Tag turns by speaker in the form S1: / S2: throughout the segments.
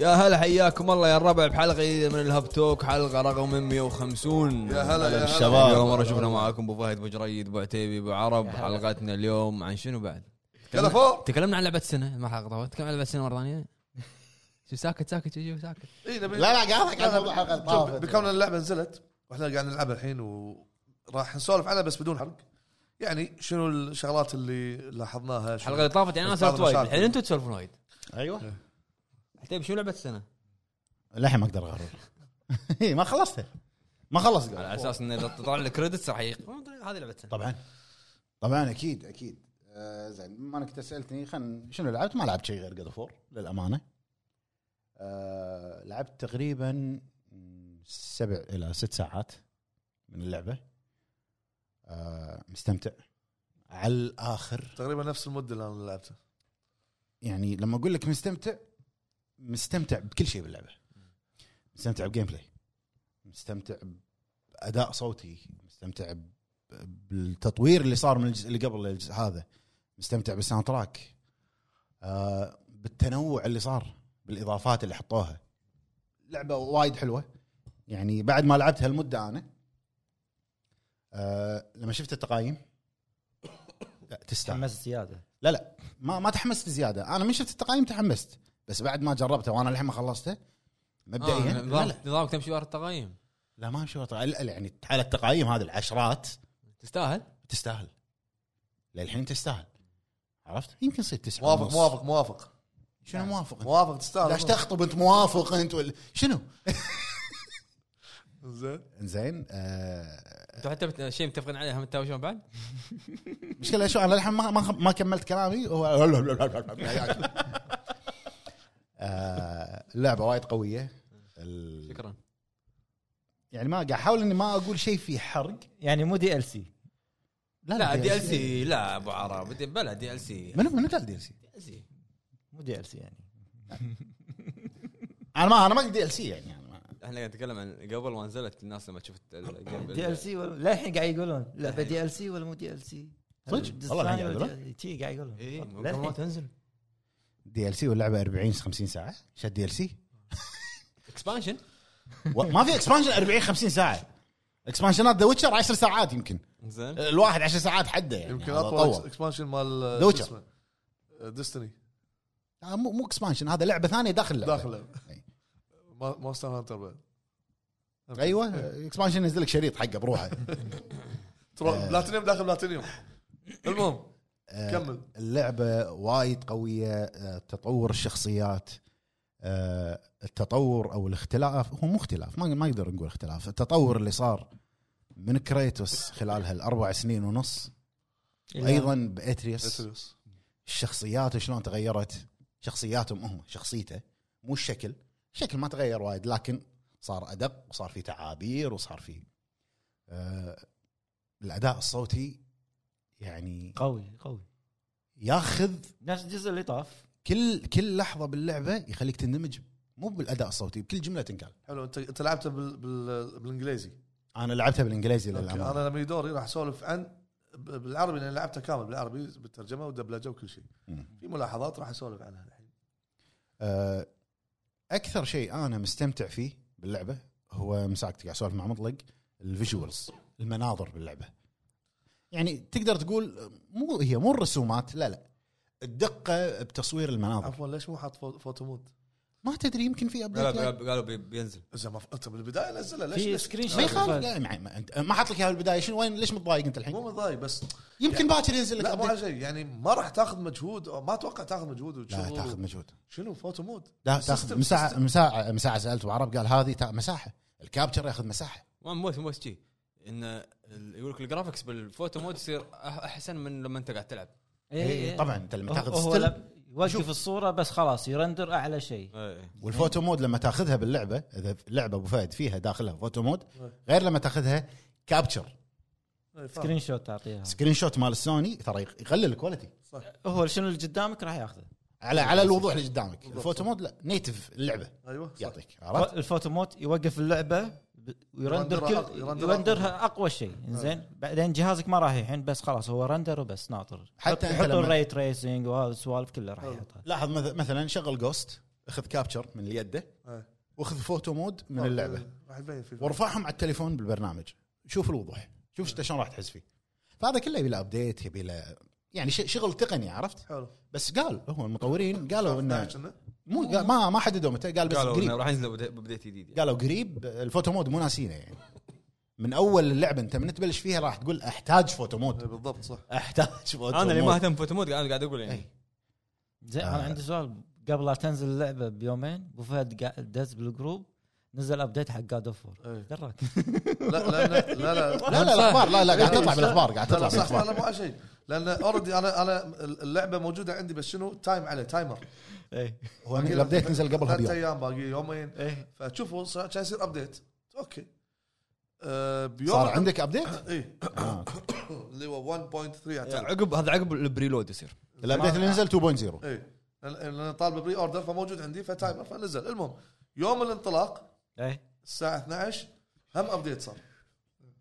S1: يا هلا حياكم الله يا الربع بحلقه جديده من الهاب توك حلقه رقم 150
S2: يا هلا، يا هلا.
S1: الشباب
S2: يا
S1: اول
S2: هلا.
S1: مره شفنا معاكم ابو فهد ابو جريد ابو عتيبي ابو عرب حلقتنا اليوم عن شنو بعد؟
S2: يلا فوق
S1: تكلمنا عن لعبه السنه ما حلقه طويله تكلمنا عن لعبه السنه مره ثانيه شو ساكت ساكت شو شو ساكت
S2: إيه، نبي-
S3: لا لا قاعد
S2: لا،
S3: على
S2: لا،
S3: الموضوع حق
S2: شوف،
S3: الطافه
S2: بكون اللعبه نزلت واحنا قاعد نلعبها الحين وراح نسولف عنها بس بدون حرق يعني شنو الشغلات اللي لاحظناها شنو-
S1: الحلقه اللي طافت يعني انا
S2: بعض
S1: سولفت وايد
S2: المشاكل.
S1: الحين انتم تسولفون وايد
S3: ايوه
S1: عتيبي شنو لعبه السنه؟
S3: للحين ما اقدر اقرر إي، ما خلصتها ما خلصت
S1: على اساس انه اذا طلع الكريدتس راح يق- هذه لعبه السنه
S3: طبعا طبعا اكيد اكيد آه زين ما انك سالتني خلنا شنو لعبت ما لعبت شيء غير جود فور للامانه آه لعبت تقريبا سبع الى ست ساعات من اللعبه آه مستمتع على الاخر
S2: تقريبا نفس المده اللي انا لعبتها
S3: يعني لما اقول لك مستمتع مستمتع بكل شيء باللعبه مستمتع بجيم بلاي مستمتع باداء صوتي مستمتع ب- بالتطوير اللي صار من الجزء اللي قبل الجزء هذا مستمتع بالساوند تراك آه بالتنوع اللي صار بالاضافات اللي حطوها لعبه وايد حلوه يعني بعد ما لعبت هالمده انا آه لما شفت التقايم لا تستاهل
S4: تحمست زياده
S3: لا لا ما ما تحمست زياده انا من شفت التقايم تحمست بس بعد ما جربته وانا الحين ما خلصته مبدئيا
S1: آه،
S3: لا,
S1: نظام-
S3: لا,
S1: نظامك تمشي ورا التقييم
S3: لا ما شو لا لا، يعني على التقايم هذه العشرات
S1: تستاهل
S3: تستاهل للحين تستاهل عرفت يمكن تصير تسعه
S2: موافق
S3: ونص.
S2: موافق موافق
S3: شنو موافق
S2: موافق
S3: ليش
S2: تستاهل
S3: تخطب انت موافق انت ولا شنو
S2: زين
S3: زين آه
S1: انتم حتى بت- شيء متفقين عليه هم تتهاوشون بعد؟
S3: مشكله شو انا للحين ما ما, ما كملت كلامي هو- آه، اللعبه وايد قويه ال-
S1: شكرا
S3: يعني ما قاعد احاول اني ما اقول شيء فيه حرق
S4: يعني مو دي ال سي
S1: لا دي ال سي لا ابو عرب دي- بلا دي ال سي
S3: منو منو قال دي ال سي؟
S4: مو دي ال سي يعني
S3: انا ما انا ما قلت دي ال سي يعني أنا ما-
S1: احنا قاعد نتكلم عن قبل ما نزلت الناس لما شفت ال- قبل-
S4: دي ال سي للحين قاعد يقولون لعبه دي ال سي ولا مو دي ال سي
S3: صدق؟ والله الحين قاعد يقولون.
S4: شي قاعد يقولون
S2: إيه،
S1: اي
S4: للحين.
S1: قبل ما تنزل
S3: دي ال سي واللعبه 40 50 ساعه شد دي ال سي
S1: اكسبانشن
S3: ما في اكسبانشن 40 50 ساعه اكسبانشنات ذا ويتشر 10 ساعات يمكن
S1: زين
S3: الواحد 10 ساعات حده يعني
S2: يمكن
S3: هذا
S2: اطول
S3: طول.
S2: اكسبانشن مال آه،
S3: The Witcher.
S2: ديستني
S3: آه، مو مو اكسبانشن هذا لعبه ثانيه داخل اللعبة.
S2: داخل
S3: إي.
S2: ما ما ستان هانتر بعد
S3: ايوه اكسبانشن ينزل لك شريط حقه بروحه
S2: تروح بلاتينيوم داخل بلاتينيوم المهم
S3: آه،
S2: كمل
S3: اللعبه وايد قويه آه، تطور الشخصيات آه، التطور او الاختلاف هو مو اختلاف ما ما نقدر نقول اختلاف التطور اللي صار من كريتوس خلال هالاربع سنين ونص وايضا باتريوس
S2: أتريوس.
S3: الشخصيات شلون تغيرت شخصياتهم هم شخصيته مو الشكل الشكل ما تغير وايد لكن صار ادق وصار في تعابير وصار في آه الاداء الصوتي يعني
S4: قوي قوي
S3: ياخذ
S4: نفس الجزء اللي طاف
S3: كل كل لحظه باللعبه يخليك تندمج مو بالاداء الصوتي بكل جمله تنقال
S2: حلو انت انت لعبته بال... بال... بالانجليزي
S3: انا لعبتها بالانجليزي
S2: أوكي.
S3: للامانه
S2: انا لما يدوري راح اسولف عن ب- بالعربي لان لعبته كامل بالعربي بالترجمه والدبلجه وكل شيء
S3: مم.
S2: في ملاحظات راح اسولف عنها الحين
S3: آه، اكثر شيء انا مستمتع فيه باللعبه هو مساكت قاعد اسولف مع مطلق الفيجوالز المناظر باللعبه يعني تقدر تقول مو هي مو الرسومات لا لا الدقه بتصوير المناظر
S2: عفوا ليش مو حاط فو- فوتو مود؟
S3: ما تدري يمكن في
S1: قالوا
S3: ابديت لا.
S1: قالوا- قالوا بي- بينزل
S2: اذا ما ف- انت بالبدايه نزلها ليش
S4: في
S2: ليش-
S4: سكرين
S3: ما
S4: شوت
S3: يخالف لا، ما- ما- أنت- ما حط لك اياها بالبدايه شنو وين ليش متضايق انت
S2: مو
S3: الحين؟
S2: متضايق بس
S3: يمكن باكر ينزل لك
S2: لا مو
S3: ابديت
S2: على شيء يعني ما راح تاخذ مجهود أو ما اتوقع تاخذ مجهود
S3: لا
S2: وشغل
S3: تاخذ مجهود
S2: شنو فوتو مود؟
S3: لا
S2: System-
S3: تاخذ مساحه
S2: system.
S3: مساحه مساحه سالت وعرب قال هذه تا- مساحه الكابتشر ياخذ مساحه
S1: ما مو مو شي انه ال- يقول لك الجرافكس بالفوتو مود يصير أح- احسن من لما انت قاعد تلعب
S3: إيه، طبعا انت لما
S4: هو-
S3: تاخذ
S4: هو
S3: ستيل
S4: لما يوقف الصوره بس خلاص يرندر اعلى شيء
S1: إيه.
S3: والفوتو مود لما تاخذها باللعبه اذا لعبه ابو فهد فيها داخلها فوتو مود
S2: إيه.
S3: غير لما تاخذها كابتشر
S2: إيه، فاهم.
S4: سكرين شوت تعطيها
S3: سكرين شوت مال سوني ترى يقلل الكواليتي
S2: صح
S4: هو شنو اللي قدامك راح ياخذه
S3: على على الوضوح اللي قدامك
S2: بالضبط.
S3: الفوتو مود لا نيتف اللعبه
S2: ايوه صح.
S3: يعطيك عرفت
S4: الفوتو موت يوقف اللعبه ب- ويرندر
S2: يرندرها أق-
S4: كل
S2: يرندرها
S4: يرندرها اقوى شيء زين بعدين جهازك ما راح يحين بس خلاص هو رندر وبس ناطر
S3: حتى
S4: حط-
S3: أنت
S4: حط
S3: لما-
S4: الري تريسنج وهذا السوالف كلها راح يحطها
S3: لاحظ مث- مثلا شغل جوست اخذ كابتشر من اليده
S2: إيه. طيب،
S3: واخذ فوتو مود
S2: آه.
S3: من اللعبه
S2: راح يبين في
S3: وارفعهم على التليفون بالبرنامج شوف الوضوح شوف انت شلون راح تحس فيه فهذا كله يبي له ابديت يبي له يعني ش- شغل تقني عرفت
S2: حلو إيه،
S3: بس قال هو المطورين قالوا انه
S2: إنه-
S3: مو قال- ما ما حددوا متى قال بس
S1: قالوا إنه
S3: قريب
S1: راح ينزل ببدا- ببديت جديد يعني.
S3: قالوا قريب الفوتو مود مو ناسينه يعني من اول اللعبه انت من تبلش فيها راح تقول احتاج فوتو
S2: إيه،
S3: مود
S2: بالضبط صح
S3: احتاج فوتو
S1: انا اللي
S3: مود.
S1: ما اهتم بفوتو مود قاعد قاعد اقول يعني
S3: إي.
S4: زين
S3: آه.
S4: انا عندي سؤال قبل لا تنزل اللعبه بيومين ابو فهد قاعد دز بالجروب نزل ابديت حق جاد اوف
S2: إيه.
S4: دراك
S2: لا لا لا لا
S3: لا لا الاخبار لا لا قاعد تطلع
S2: لا،
S3: بالاخبار قاعد
S2: إيه، لا
S3: تطلع
S2: لا صح لا
S3: بالاخبار
S2: لا مو على شيء لان اوريدي انا انا اللعبه موجوده عندي بس شنو تايم عليه تايمر
S3: هو الابديت يعني نزل قبلها
S2: ثلاث
S3: بيوم
S2: ايام باقي يومين
S4: إيه.
S2: فتشوفوا صار- كان يصير ابديت اوكي آه، بيوم
S3: صار عندك ابديت؟
S2: اي
S3: آه.
S2: اللي هو 1.3 اعتقد
S1: إيه. عقب هذا عقب البريلود يصير
S3: الابديت اللي نزل 2.0
S2: اي لان طالبه بري اوردر فموجود عندي فتايمر فنزل المهم يوم الانطلاق
S4: اي
S2: الساعه 12 هم ابديت صار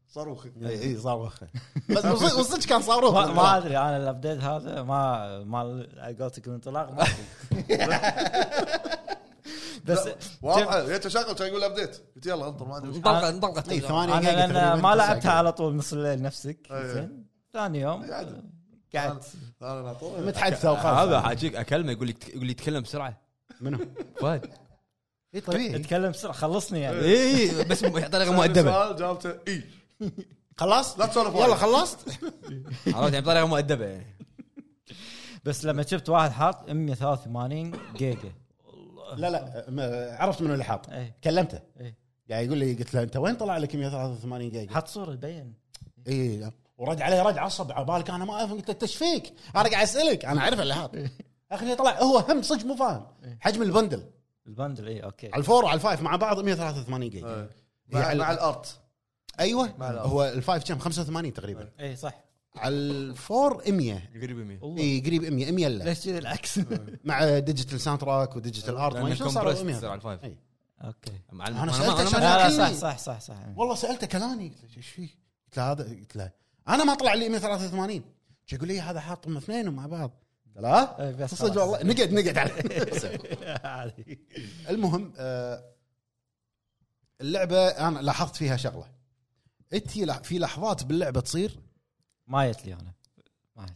S2: صاروخي
S3: اي اي إيه، صار وخه بس وصدق وصدق كان صاروخ
S4: ما, ما ادري انا الابديت هذا ما ما على قولتك الانطلاق ما أدري. بس
S2: واضحه جيت اشغل كان يقول ابديت قلت يلا انطر ما عندي مشكله
S1: انطلقت انطلقت
S3: اي ثواني
S4: انا
S3: دقيقة
S4: لان
S3: تقريباً إيه.
S4: ما
S3: تسع
S4: لعبتها
S3: دقائق.
S4: على طول نص الليل نفسك
S2: أي.
S4: زين ثاني يوم
S3: إيه،
S2: عادي.
S4: قعدت
S2: انا ناطر
S3: متحدثه وخلاص
S1: هذا حاجيك اكلمه يقول لي تك- يقول لي يتكلم بسرعه
S3: منو؟
S1: فهد
S3: اي إيه، طبيعي
S4: اتكلم بسرعه خلصني
S3: إيه.
S4: يعني
S1: اي إيه، بس بطريقه مؤدبه
S2: سؤال جاوبته اي
S3: خلاص
S2: لا تسولف
S3: يلا خلصت
S1: عرفت يعني بطريقه مؤدبه يعني
S4: بس لما شفت واحد حاط 183 جيجا
S3: لا لا ما- عرفت منو اللي حاط
S4: اي
S3: كلمته
S4: اي
S3: قاعد يقول لي قلت له انت وين طلع لك 183 جيجا؟
S4: حط صوره تبين
S3: اي لا. ورد عليه رد عصب على بالك انا ما افهم قلت له "أنت إيش فيك؟ انا قاعد اسالك انا اعرف اللي حاط اخي طلع هو هم صدق مو فاهم حجم البندل
S4: البندل إيه، اي اوكي
S3: على الفور وعلى الفايف مع بعض 183
S1: إيه.
S3: جيجا هي
S2: مع
S3: على-
S2: مع الارت
S3: ايوه
S2: مع الأرض.
S3: هو الفايف كم 85
S1: إيه.
S3: تقريبا
S4: اي إيه، صح
S3: على الفور 100
S1: قريب مني
S4: والله
S3: اي قريب 100 100 لا
S4: ليش كذي العكس
S3: مع ديجيتال ساوند تراك وديجيتال ارت ما
S1: لأنه
S3: شلون إيه. صاروا
S1: compressed
S3: 100
S1: يصير على الفايف.
S3: إي.
S4: اوكي
S1: مع الم-
S3: أنا
S1: ما-
S3: سألتك
S1: ما-
S3: شغلة.
S1: ما-
S4: لا لا
S3: شاكلني.
S4: صح صح صح صح
S3: والله سالته كلاني قلت له ايش فيه؟ قلت له هذا قلت له انا ما طلع لي 183 شو يقول لي "إيه، هذا حاطهم اثنين مع بعض قلت له ها؟
S4: إي، إيه، بس
S3: صدق
S4: خلاص.
S3: والله نقد نقد عليه
S4: عادي.
S3: المهم آه، اللعبه انا لاحظت فيها شغله اتي لح- في لحظات باللعبه تصير
S4: ما جت لي انا ما جت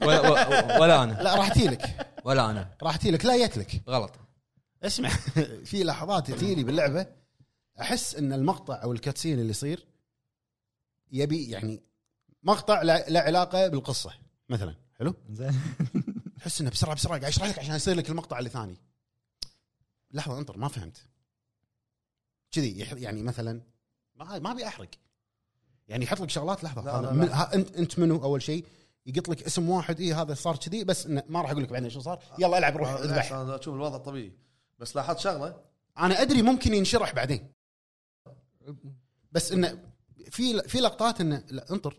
S4: لي.
S1: ولا ولا- ولا انا
S3: لا راح تجي لك
S1: ولا انا
S3: راح تجي لك لا جت لك
S1: غلط
S3: اسمع في لحظات تجيني باللعبه احس ان المقطع او الكاتسين اللي يصير يبي يعني مقطع لا لا علاقه بالقصه مثلا حلو
S4: زين
S3: تحس انه بسرعه بسرعه قاعد يشرح لك عشان يصير لك المقطع اللي ثاني لحظه انطر ما فهمت كذي يح- يعني مثلا ما ما ابي احرق يعني يحط لك شغلات لحظه
S2: لا،
S3: هذا
S2: لا،
S3: من-
S2: لا.
S3: ها- انت انت منو اول شيء يقط لك اسم واحد اي هذا صار كذي بس إنه ما راح اقول لك بعدين شو صار يلا العب روح
S2: آه،
S3: اذبح
S2: انا اشوف الوضع طبيعي بس لاحظت شغله
S3: انا ادري ممكن ينشرح بعدين بس انه في في لقطات انه لا انطر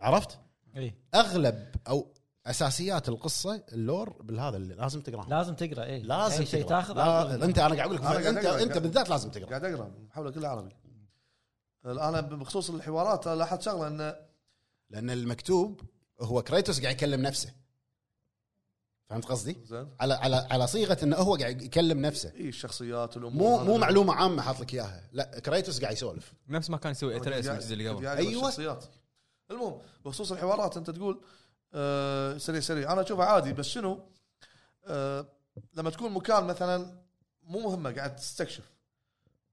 S3: عرفت؟
S4: اي
S3: اغلب او اساسيات القصه اللور بالهذا اللي لازم تقراها
S4: لازم تقرا اي
S3: لازم
S4: اي شيء
S3: تقرأ.
S4: تاخذ
S3: لا انت انا قاعد اقول لك
S2: أنا قاعد
S3: انت
S2: أقرأ.
S3: انت بالذات لازم تقرا
S2: قاعد اقرا محاوله كلها عربي انا بخصوص الحوارات أنا لاحظت شغله انه
S3: لان المكتوب هو كريتوس قاعد يكلم نفسه فهمت قصدي؟
S2: زين
S3: على على على صيغه انه هو قاعد يكلم نفسه
S2: اي الشخصيات والامور
S3: مو
S2: هذا
S3: مو
S2: اللي-
S3: معلومه عامه حاط لك اياها لا كريتوس قاعد يسولف
S1: نفس ما كان يسوي اتريس
S2: قاعد-
S1: الجزء اللي قبل
S2: قاعد
S3: أيوة.
S2: الشخصيات المهم بخصوص الحوارات انت تقول آه سريع سريع انا اشوفها عادي بس شنو آه لما تكون مكان مثلا مو مهمه قاعد تستكشف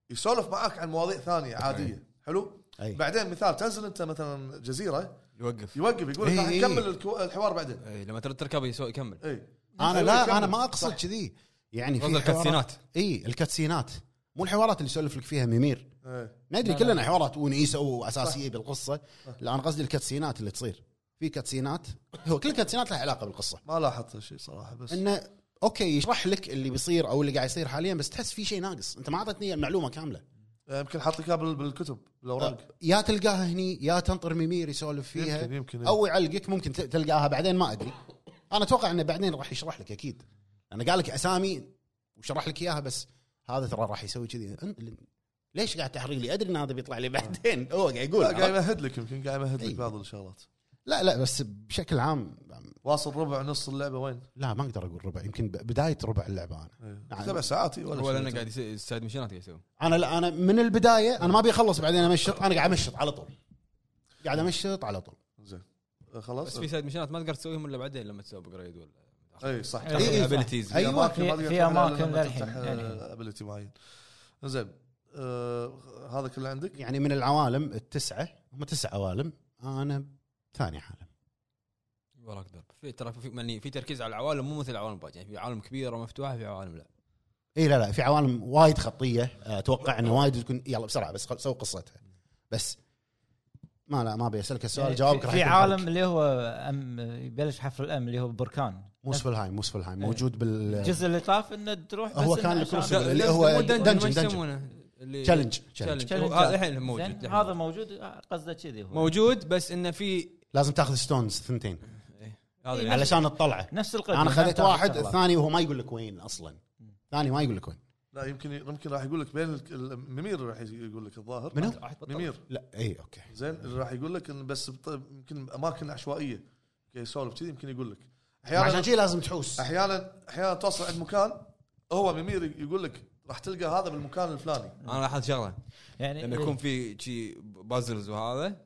S2: يسولف معاك عن مواضيع ثانيه عاديه حلو
S3: أي.
S4: إيه.
S2: بعدين مثال تنزل انت مثلا جزيره
S1: يوقف
S2: يوقف يقول
S4: إيه،
S2: لك
S3: أي
S2: راح
S3: أي.
S2: نكمل الكو- الحوار بعدين إيه.
S1: إي، لما ترد تركب يسوي يكمل
S2: اي
S3: انا
S2: يكمل.
S3: لا انا ما اقصد كذي يعني في
S1: قصد الكاتسينات
S3: اي الكاتسينات مو الحوارات اللي يسولف لك فيها ميمير
S2: اي
S3: ندري
S4: لا،
S3: كلنا حوارات ونيسه واساسيه
S2: صح.
S3: بالقصه لا انا قصدي الكاتسينات اللي تصير في كاتسينات هو كل الكاتسينات لها علاقه بالقصه
S2: ما لاحظت هالشيء صراحه بس
S3: انه اوكي يشرح لك اللي بيصير او اللي قاعد يصير حاليا بس تحس في شيء ناقص انت ما اعطتني المعلومه كامله
S2: آه، يمكن حاط لك إياها بال- بالكتب بالاوراق
S4: آه،
S3: يا تلقاها هني يا تنطر ميمير يسولف فيها
S2: يمكن- يمكن.
S3: او يعلقك ممكن ت- تلقاها بعدين ما ادري انا اتوقع انه بعدين راح يشرح لك اكيد انا قال لك اسامي وشرح لك اياها بس هذا ترى راح يسوي كذي أن- ليش قاعد تحرق لي ادري ان هذا بيطلع لي بعدين هو قاعد
S2: لا، قاعد
S3: يقول
S4: إيه.
S2: يمهد لك يمكن قاعد يمهد
S3: أي.
S2: لك بعض الشغلات
S3: لا لا بس بشكل عام
S2: واصل ربع نص اللعبه وين؟ إيه.
S3: لا ما اقدر اقول ربع يمكن ب- بدايه ربع اللعبه انا
S4: يعني
S3: نعم.
S2: سبع ساعات إي، ولا
S1: ولا
S2: شيء.
S1: انا قاعد يسوي السايد مشينات قاعد يسوي
S3: انا لا انا من البدايه انا ما ابي اخلص بعدين امشط انا قاعد امشط على طول قاعد امشط على طول
S2: زين آه، خلاص
S1: بس في سايد مشينات ما تقدر تسويهم الا بعدين لما تسوي ابجريد ولا
S2: اي إيه، صح
S4: إي، إي، صح.
S1: ابيلتيز
S3: أيوة،
S4: إيه. في- في أماكن للحين، يعني. للحين.
S2: ابيلتي آه، معين زين آه، هذا كله عندك
S3: يعني من العوالم التسعه هم تسع عوالم انا ثاني عالم
S1: وراك درب في ترى في يعني في تركيز على العوالم مو مثل العوالم باقي يعني في عوالم كبيره مفتوحه في عوالم لا
S3: اي لا لا في عوالم وايد خطيه اتوقع انه وايد تكون يلا بسرعه بس خل- سوي قصتها بس ما لا ما ابي اسالك السؤال
S4: يعني
S3: جوابك
S4: في-
S3: راح
S4: في
S3: يكون
S4: عالم
S3: حرق.
S4: اللي هو أم يبلش حفر الام اللي هو بركان
S3: مو سفلهايم مو سفلهايم
S4: إيه.
S3: موجود بال
S4: الجزء اللي طاف انه تروح بس
S3: هو
S4: إنه
S3: كان
S4: عشان-
S3: الكروسي اللي هو
S1: مو dungeon،
S3: dungeon،
S1: ما
S3: dungeon.
S1: يسمونه اللي-
S3: Challenge، challenge.
S1: challenge
S4: Challenge.
S1: هذا الحين موجود
S4: زين،
S1: الحين
S4: هذا موجود آه، قصده كذي هو
S1: موجود بس انه في
S3: لازم تاخذ ستونز ثنتين
S1: هذا
S4: إيه،
S1: يعني
S3: علشان تطلعه
S4: نفس يعني القدم
S3: انا خذيت واحد
S4: الثاني
S3: الثاني وهو ما يقول لك وين اصلا الثاني ما يقول لك وين
S2: لا يمكن يمكن راح يقول لك بين الك- الممير راح يقول لك الظاهر
S3: منو؟
S1: راح تبطل.
S2: ممير
S3: لا اي اوكي
S2: زين اللي راح يقول لك إن بس بط- يمكن اماكن عشوائيه يمكن يسولف كذي يمكن يقول لك
S3: عشان
S2: احيانا
S3: شي لازم تحوس
S2: احيانا احيانا توصل عند مكان هو ممير يقول لك راح تلقى هذا بالمكان الفلاني
S1: انا لاحظت شغله
S4: يعني
S1: لما يكون في شي بازلز وهذا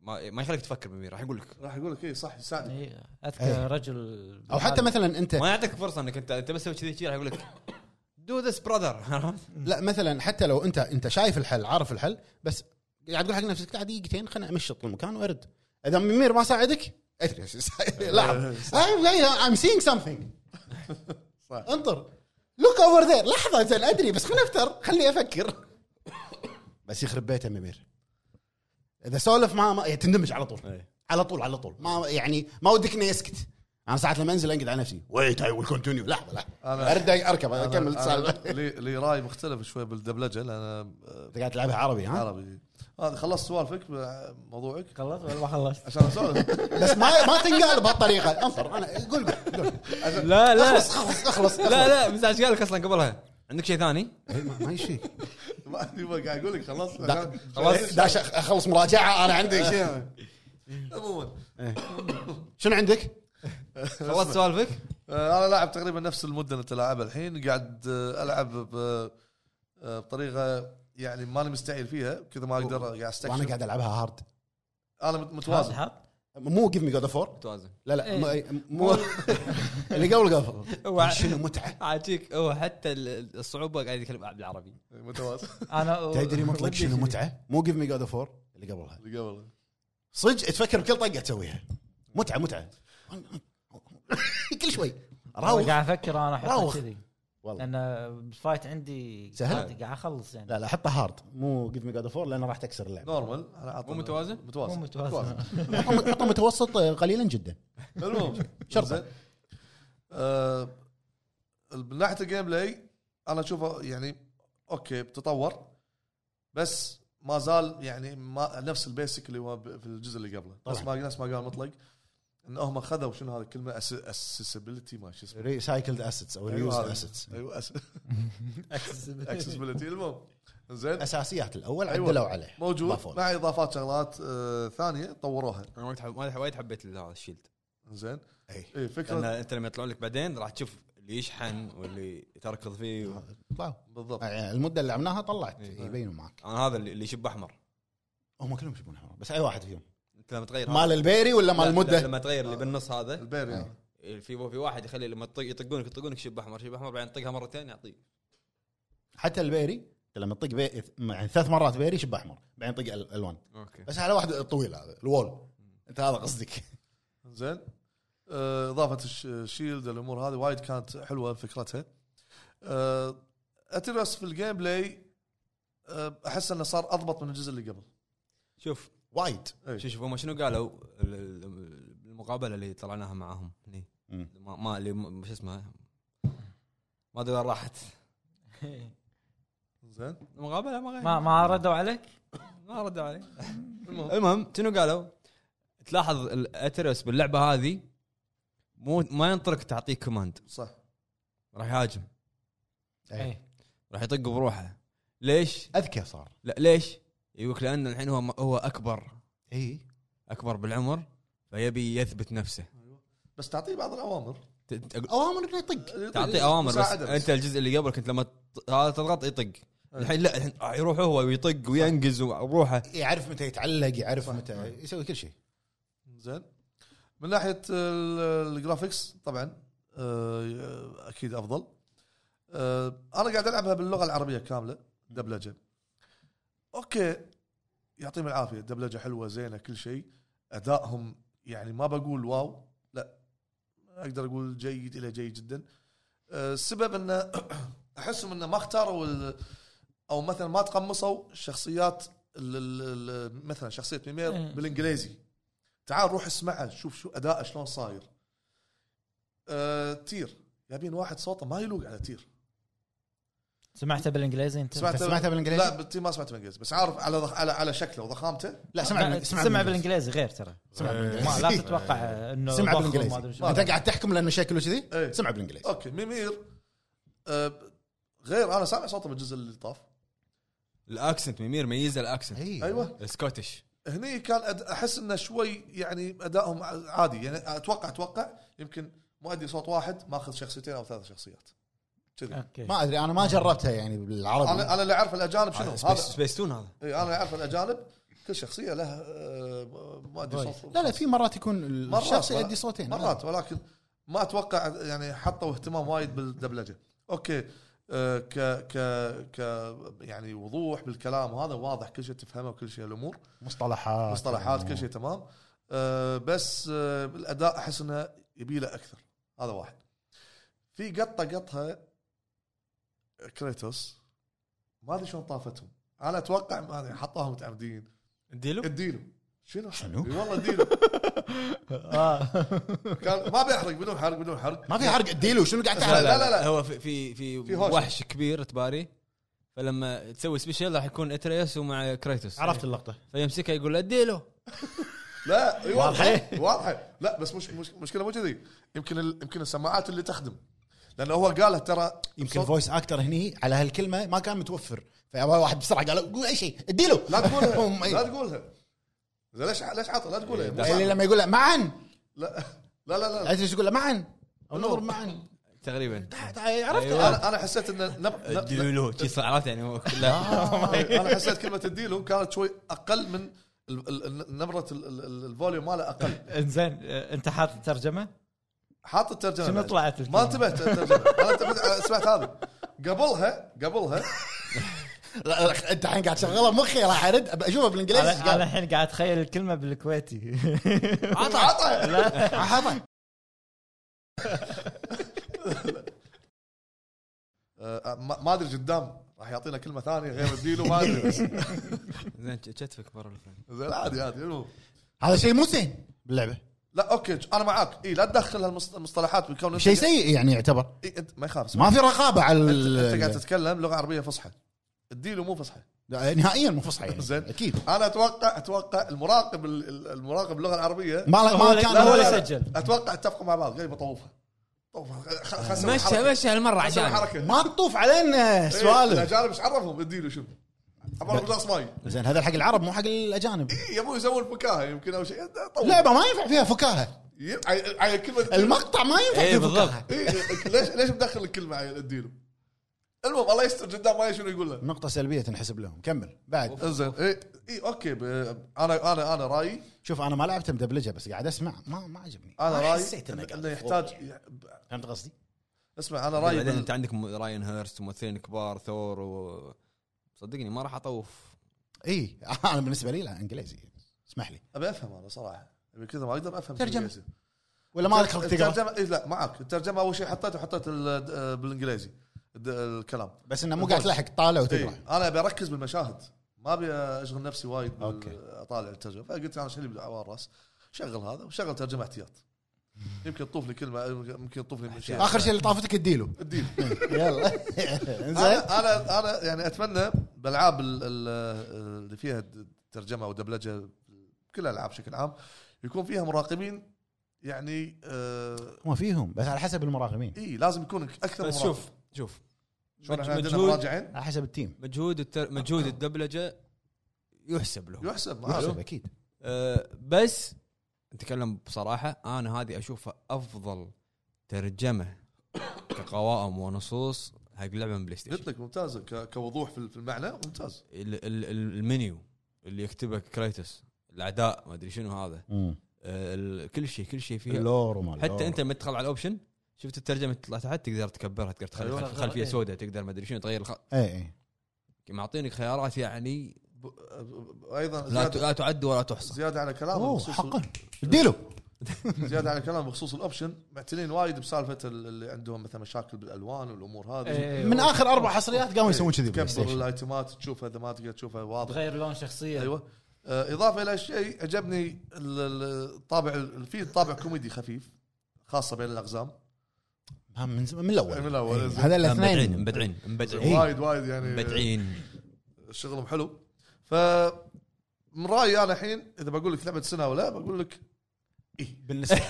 S1: ما ما يخليك تفكر بمير راح يقول لك
S2: راح يقول لك اي صح يساعدك
S4: إيه،
S3: إيه.
S4: اذكر رجل
S3: او حتى مثلا انت
S1: ما يعطيك فرصه انك انت انت بس تسوي كذي كذي راح يقول لك دو ذس براذر
S3: لا مثلا حتى لو انت انت شايف الحل عارف الحل بس قاعد تقول حق نفسك لا دقيقتين خليني امشط المكان وارد اذا ممير ما ساعدك ادري ايش يصير. لاحظ I'm seeing something
S2: صح.
S3: انطر لوك اوفر ذير لحظه زين ادري بس خليني افتر خليني افكر بس يخرب بيته ممير اذا سولف ما, ما يعني تندمج على طول
S1: إيه.
S3: على طول على طول ما يعني ما ودك انه يسكت انا ساعات لما انزل انقد على نفسي ويت اي ويل كونتينيو لحظه لحظه
S2: أنا-
S3: ارد اركب
S2: أنا-
S3: اكمل
S2: أنا
S3: السالفه
S2: لي لي راي مختلف شوي بالدبلجه لان
S3: انت قاعد تلعبها عربي ها؟
S2: عربي هذا خلصت سوالفك موضوعك
S4: خلصت ولا ما خلصت؟
S2: عشان اسولف
S3: بس ما ما تنقال بهالطريقه انطر انا قول قول قول.
S1: لا لا
S3: اخلص اخلص اخلص
S1: لا لا بس ايش قال لك اصلا قبلها عندك شيء ثاني؟
S3: إيه، ما ما يشي
S2: ما يبا قاعد اقول لك خلاص
S3: دا- إيه،
S2: خلاص إيه.
S3: داش أخ- اخلص مراجعه انا عندي شيء
S2: عموما
S3: شنو عندك؟
S1: خلصت سوالفك؟
S2: آه، انا لاعب تقريبا نفس المده اللي تلعبها الحين قاعد آه، العب ب- آه، بطريقه يعني ماني مستعيل فيها كذا ما اقدر قاعد
S3: وانا
S2: استكشف
S3: قاعد العبها هارد
S2: انا مت- متوازن
S4: حط
S3: مو جيف مي جود فور
S1: توازن
S3: لا لا
S4: إيه.
S3: م- مو اللي قبل
S1: هو-
S3: قبل شنو متعه
S1: عاجيك هو حتى ال- الصعوبه قاعد يتكلم بالعربي
S2: متوازن
S4: انا
S3: تدري مطلق
S4: ودي
S3: شنو
S4: شيء.
S3: متعه؟ مو جيف مي جود فور اللي قبلها
S2: اللي قبل
S3: صدق تفكر بكل طقه تسويها متعه متعه كل شوي
S4: والله
S3: راوغ
S4: قاعد افكر انا احط
S3: روخ.
S4: كذي
S3: والله
S4: لان الفايت عندي
S3: سهل.
S4: قاعد قاعد اخلص يعني
S3: لا لا حطها هارد مو جيف مي جود فور لانه راح تكسر اللعبه
S2: نورمال انا عاطل
S1: مو متوازن؟
S4: مو
S2: متوازن
S4: متوازن
S3: حطه حطه متوسط قليلا جدا
S2: المهم
S3: شرطة.
S2: زين. آه، من ناحيه الجيم بلاي انا اشوفه يعني اوكي بتطور بس ما زال يعني ما نفس البيسك اللي هو ب- في الجزء اللي قبله نفس ما نفس ما قال مطلق ان هم خذوا شنو هذه الكلمه اسسبيلتي ما شو اسمه
S3: ريسايكلد اسيتس او ريوز
S2: أيوة هذا.
S3: اسيتس
S2: ايوه اكسسبيلتي المهم زين
S3: اساسيات الاول
S2: أيوة.
S3: عدلوا عليه
S2: موجود
S3: ضافوا له.
S2: مع اضافات شغلات آه، ثانيه طوروها
S1: انا وايد حب- وايد وايد حبيت هذا الشيلد
S2: زين إيه،
S3: أي.
S2: اي فكره
S1: لان انت لما يطلع لك بعدين راح تشوف اللي يشحن واللي تركض فيه و...
S3: طلعوا.
S2: بالضبط
S3: يعني المده اللي لعبناها طلعت
S1: إيه.
S3: يبينوا معك
S1: انا هذا اللي اللي يشب احمر
S3: هم كلهم يشبون حمار بس اي واحد فيهم
S1: انت لما تغير هذا-
S3: مال البيري ولا مال
S1: لا، لا،
S3: المده
S1: لما تغير اللي بالنص هذا
S2: البيري
S3: أي.
S2: هذا.
S1: في في واحد يخلي لما يطق- يطقونك يطقونك شب احمر شب احمر بعدين تطقها مرتين يعطيه
S3: حتى البيري أنت لما تطق بي... يعني ثلاث مرات بيري شب احمر بعدين طق ال- الوان
S1: اوكي
S3: بس على واحد الطويل هذا الوول انت هذا قصدك
S2: زين آه، اضافه الش- الشيلد الامور هذه وايد كانت حلوه فكرتها آه، اترس في الجيم بلاي آه، احس انه صار اضبط من الجزء اللي قبل إيه،
S1: شوف
S3: وايد
S2: أي.
S1: شوف شوف هم شنو قالوا ال- ال- المقابله اللي طلعناها معاهم هني
S3: مم.
S1: ما, ما اللي م- شو اسمه ما ادري وين راحت
S2: زين
S1: المقابله ما غير
S4: ما ما ردوا عليك؟
S1: ما ردوا علي المهم شنو قالوا؟ تلاحظ الاترس باللعبه هذه مو ما ينطرك تعطيه كوماند
S2: صح
S1: راح يهاجم
S4: إيه.
S1: راح يطق بروحه ليش؟
S3: اذكى صار
S1: لا ليش؟ يقولك لان الحين هو هو اكبر
S3: اي
S1: اكبر بالعمر فيبي يثبت نفسه
S2: بس تعطيه بعض الاوامر
S1: ت- ت-
S3: اوامر انه يطق
S2: يعطيك
S1: تعطيه اوامر بس
S2: مساعدة
S1: انت الجزء اللي قبل كنت لما ت- هذا تضغط يطق الحين لا الحين آه، يروح هو ويطق وينقز وبروحه
S3: يعرف متى يتعلق يعرف متى يسوي كل شيء
S2: زين من ناحيه ال- الجرافيكس طبعا آه، اكيد افضل آه، انا قاعد العبها باللغه العربيه كامله دبلجه اوكي يعطيهم العافيه دبلجه حلوه زينه كل شيء ادائهم يعني ما بقول واو لا اقدر اقول جيد الى جيد جدا آه، السبب انه احسهم انه ما اختاروا ال- او مثلا ما تقمصوا الشخصيات ال- ال- ال- مثلا شخصيه ميمير
S4: إيه.
S2: بالانجليزي تعال روح اسمعه شوف شو اداءه شلون صاير أه تير يبين واحد صوته ما يلوق على تير
S4: سمعته بالانجليزي انت
S2: سمعت-
S3: سمعتها بالانجليزي؟
S2: لا بالتير ما سمعت بالانجليزي بس عارف على ضخ- على على شكله وضخامته
S3: لا سمع
S4: سمع,
S3: بالإنجليزي.
S4: سمع,
S3: سمع بالانجليزي
S4: بالانجليزي غير ترى
S3: سمع
S4: ما لا
S3: بالانجليزي
S4: تتوقع انه
S3: سمع
S4: ضخم وما أدري
S3: بالانجليزي
S4: شنو.
S3: انت قاعد تحكم لانه شكله
S2: إيه.
S3: كذي سمع بالانجليزي
S2: اوكي ميمير أه غير انا سامع صوته بالجزء اللي طاف
S1: الاكسنت ميمير ميزه الاكسنت
S3: إيه.
S2: ايوه
S1: السكوتش
S2: هني كان أد... احس انه شوي يعني ادائهم عادي يعني اتوقع اتوقع يمكن مؤدي صوت واحد ماخذ شخصيتين او ثلاث شخصيات كذي
S4: اوكي
S3: ما ادري انا ما جربتها يعني
S2: انا
S3: بالعربي
S2: انا اللي اعرف الاجانب شنو هذا
S1: سبيس تون هذا
S2: اي انا اللي اعرف الاجانب كل شخصيه لها آه، مؤدي صوت
S3: طيب. لا لا في مرات يكون
S2: مرات
S3: الشخص
S2: ولا-
S3: يؤدي صوتين أيوة.
S2: مرات ولكن ما اتوقع يعني حطوا اهتمام وايد بالدبلجه اوكي آه، ك ك ك يعني وضوح بالكلام هذا واضح كل شيء تفهمه وكل شيء الامور
S3: مصطلحات
S2: مصطلحات كل شيء تمام آه، بس آه، الاداء احس انه يبي له اكثر هذا واحد في قطه قطها كريتوس ما ادري شلون طافتهم انا اتوقع ما أدري، حطوها متعمدين
S1: اديله
S2: اديله شنو
S3: شنو؟
S2: إي والله اديله
S4: آه.
S2: كان ما بيحرق بدون حرق بدون حرق
S3: ما في حرق اديله شنو قاعد
S2: لا،
S3: تحرق
S2: لا، لا.
S1: هو في في, في,
S2: في هوشة.
S1: وحش كبير تباري فلما تسوي سبيشل راح يكون اتريس ومع كريتوس
S3: عرفت اللقطه
S1: فيمسكها يقول له اديله
S2: لا إي واضحه
S4: واضحة.
S2: واضحه لا بس مش مش مشكله مو كذي يمكن ال... يمكن السماعات اللي تخدم لانه هو قاله ترى
S3: يمكن
S2: بصوت-
S3: فويس اكتر هني على هالكلمه ما كان متوفر فواحد بسرعه قال قول اي شيء اديله
S2: لا
S3: هم-
S2: تقولها
S3: إيه.
S2: لا تقولها زين ليش ليش عطى لا تقولها مو
S3: اللي
S2: صعب.
S3: لما يقول له معا
S2: لا لا لا, لا.
S3: ادري ايش يقول له معا او نضرب معا
S1: تقريبا
S3: عرفت
S1: أيوة.
S2: انا انا حسيت ان نب... نب...
S1: اديله شي صار- عرفت يعني هو لا
S2: انا حسيت كلمه اديله كانت شوي اقل من ال- ال- ال- نبره ال- ال- ال- الفوليوم ماله اقل
S4: انزين آه، انت حاط ترجمه
S2: حاط الترجمه
S4: شنو
S2: بعد.
S4: طلعت الكلمة؟
S2: ما انتبهت الترجمه انا انتبهت أنا سمعت هذه قبلها قبلها
S3: لا، لا، انت الحين قاعد تشغله مخي راح ارد أبى اشوفه بالانجليزي
S4: انا أنا
S3: قال-
S4: الحين قاعد اتخيل الكلمه بالكويتي
S2: عطى عطى
S3: عطى.
S2: آه، ما ما ادري قدام راح يعطينا كلمه ثانيه غير الديل وما ادري بس
S1: زين كتفك برا الفريم
S2: زين عادي عادي المهم.
S3: هذا شيء مو زين باللعبه
S2: لا اوكي انا معاك اي لا تدخل هالمص- المصطلحات بكون
S3: شيء سيء يعني يعتبر
S2: إيه انت ما يخاف اسمع.
S3: ما في رقابه على
S2: انت انت قاعد
S3: ال-
S2: تتكلم لغه عربيه فصحى الديل مو فصحى
S3: لا، نهائيا مو فصحى يعني
S2: زين.
S3: اكيد
S2: انا اتوقع اتوقع المراقب ال- ال- المراقب اللغه العربيه
S3: ما
S4: هو
S3: ما
S4: لا-
S3: كان
S4: لا، هو لا
S3: لا،
S4: يسجل.
S2: اتوقع اتفقوا مع بعض قال بطوفها طوفها خ- خ- خ- اسوي
S1: مشى
S2: حركة.
S1: مشى هالمره
S2: اسوي
S1: عشان
S2: حركه
S3: ما تطوف علينا
S2: إيه،
S3: سوالف
S2: الاجانب ايش عرفهم الديل شنو؟ عباره بغلاس ماي إيه،
S3: زين هذا حق العرب مو حق الاجانب
S2: يبون يسوون فكاهه يمكن او شيء إيه، طوف.
S3: اللعبه ما ينفع فيها فكاهه
S2: ي- على على كلمه
S3: المقطع ما ينفع
S1: إيه،
S3: فيه
S1: بالضبط.
S3: فكاهه
S2: إيه، إيه، ليش ليش مدخل الكلمه على الديلو؟ المهم الله يستر قدام ما شنو يقول له
S3: نقطه سلبيه تنحسب لهم كمل بعد
S2: انزين اي اي اوكي إيه، ب- انا انا انا رايي
S3: شوف انا ما لعبت مدبلجه بس قاعد اسمع ما ما عجبني
S2: انا
S3: ما
S2: رايي
S3: حسيت
S2: إن-
S3: انه
S2: انه
S3: قاعد
S2: يحتاج
S3: فوق. فهمت قصدي؟
S2: اسمع انا رايي
S1: بعدين
S2: بال-
S1: انت عندك م- راين هيرست وممثلين كبار ثور و صدقني ما راح اطوف
S3: اي انا بالنسبه إيه. لي لا انجليزي اسمح لي
S2: ابي افهم انا صراحه ابي كذا ما اقدر افهم
S3: ترجمة.
S2: شو قاعد
S3: ولا مالك وقت
S2: يصير.
S3: تقرا
S2: الترجمه إيه لا معك الترجمه اول شيء حطيته حطيت ال- آه، بالانجليزي د- الكلام
S3: بس انه مو قاعد تلحق تطالع وتقرا
S2: إيه انا ابي اركز بالمشاهد ما ابي اشغل نفسي وايد بال-
S3: أوكي.
S2: اطالع الترجمه فقلت انا شنو اللي على الراس شغل هذا وشغل ترجمه احتياط يمكن تطوف لي كلمه يمكن تطوف لي شيء
S3: اخر شيء اللي طافتك اديله
S2: الدين
S3: يلا انزين
S2: انا انا انا يعني اتمنى بالالعاب ال- ال- اللي فيها د- ترجمه ودبلجه كل الالعاب بشكل عام يكون فيها مراقبين يعني آه
S3: ما فيهم بس على حسب المراقبين
S2: اي لازم يكون اكثر
S1: بس
S2: مراقب.
S1: شوف شوف
S2: شوف احنا عندنا
S1: مجهود
S2: مراجعين
S3: على حسب التيم
S1: مجهود التر... مجهود الدبلجه يحسب له
S2: يحسب ما
S3: يحسب
S2: أعرف.
S3: اكيد
S1: أه بس نتكلم بصراحه انا هذه اشوفها افضل ترجمه كقوائم ونصوص حق لعبه من بلاي ستيشن
S2: قلت لك ممتازه ك- كوضوح في ال- في المعنى ممتاز
S1: ال- ال- ال- المنيو اللي يكتبه كريتوس الاعداء ما ادري شنو هذا آه، ال- كل شيء كل شيء فيها
S3: اللور وما اللور.
S1: حتى انت لما تدخل على الاوبشن شفت الترجمه تطلع تحت تقدر تكبرها تقدر تخلي
S2: أيوة.
S1: خلف- خلفيه
S4: إيه.
S1: سوداء تقدر ما ادري شنو تغير الخ...
S3: اي اي
S1: معطينك خيارات يعني
S2: ب- ب- ايضا
S1: لا ت-
S2: زياده,
S1: لا تعد ولا تحصى
S2: زيادة على كلامه
S3: اوه
S2: بخصوص
S3: حقا ديلو
S2: إيه، زياده على كلامه بخصوص الاوبشن معتنين وايد بسالفه ال- اللي عندهم مثلا مشاكل بالالوان والامور هذه
S4: إيه،
S3: من اخر اربع حصريات قاموا يسوون كذي
S2: تكبر
S3: بلاي ستيشن
S2: الايتمات تشوفها اذا ما تقدر تشوفها واضح
S4: تغير لون شخصيه
S3: أيوة.
S2: ايوه آه، اضافه الى شيء عجبني ال- ال- الطابع ال- في طابع كوميدي خفيف خاصه بين الاقزام
S3: ها، من زمان- من الاول
S2: من الأول.
S3: إي، هذا
S1: لا، مبدعين
S3: الاثنين
S1: آه، مبدعين مبدعين
S2: وايد وايد يعني
S1: مبدعين
S2: شغلهم حلو ف من رايي انا الحين اذا بقول لك لعبه السنه ولا بقول لك
S3: بالنسبه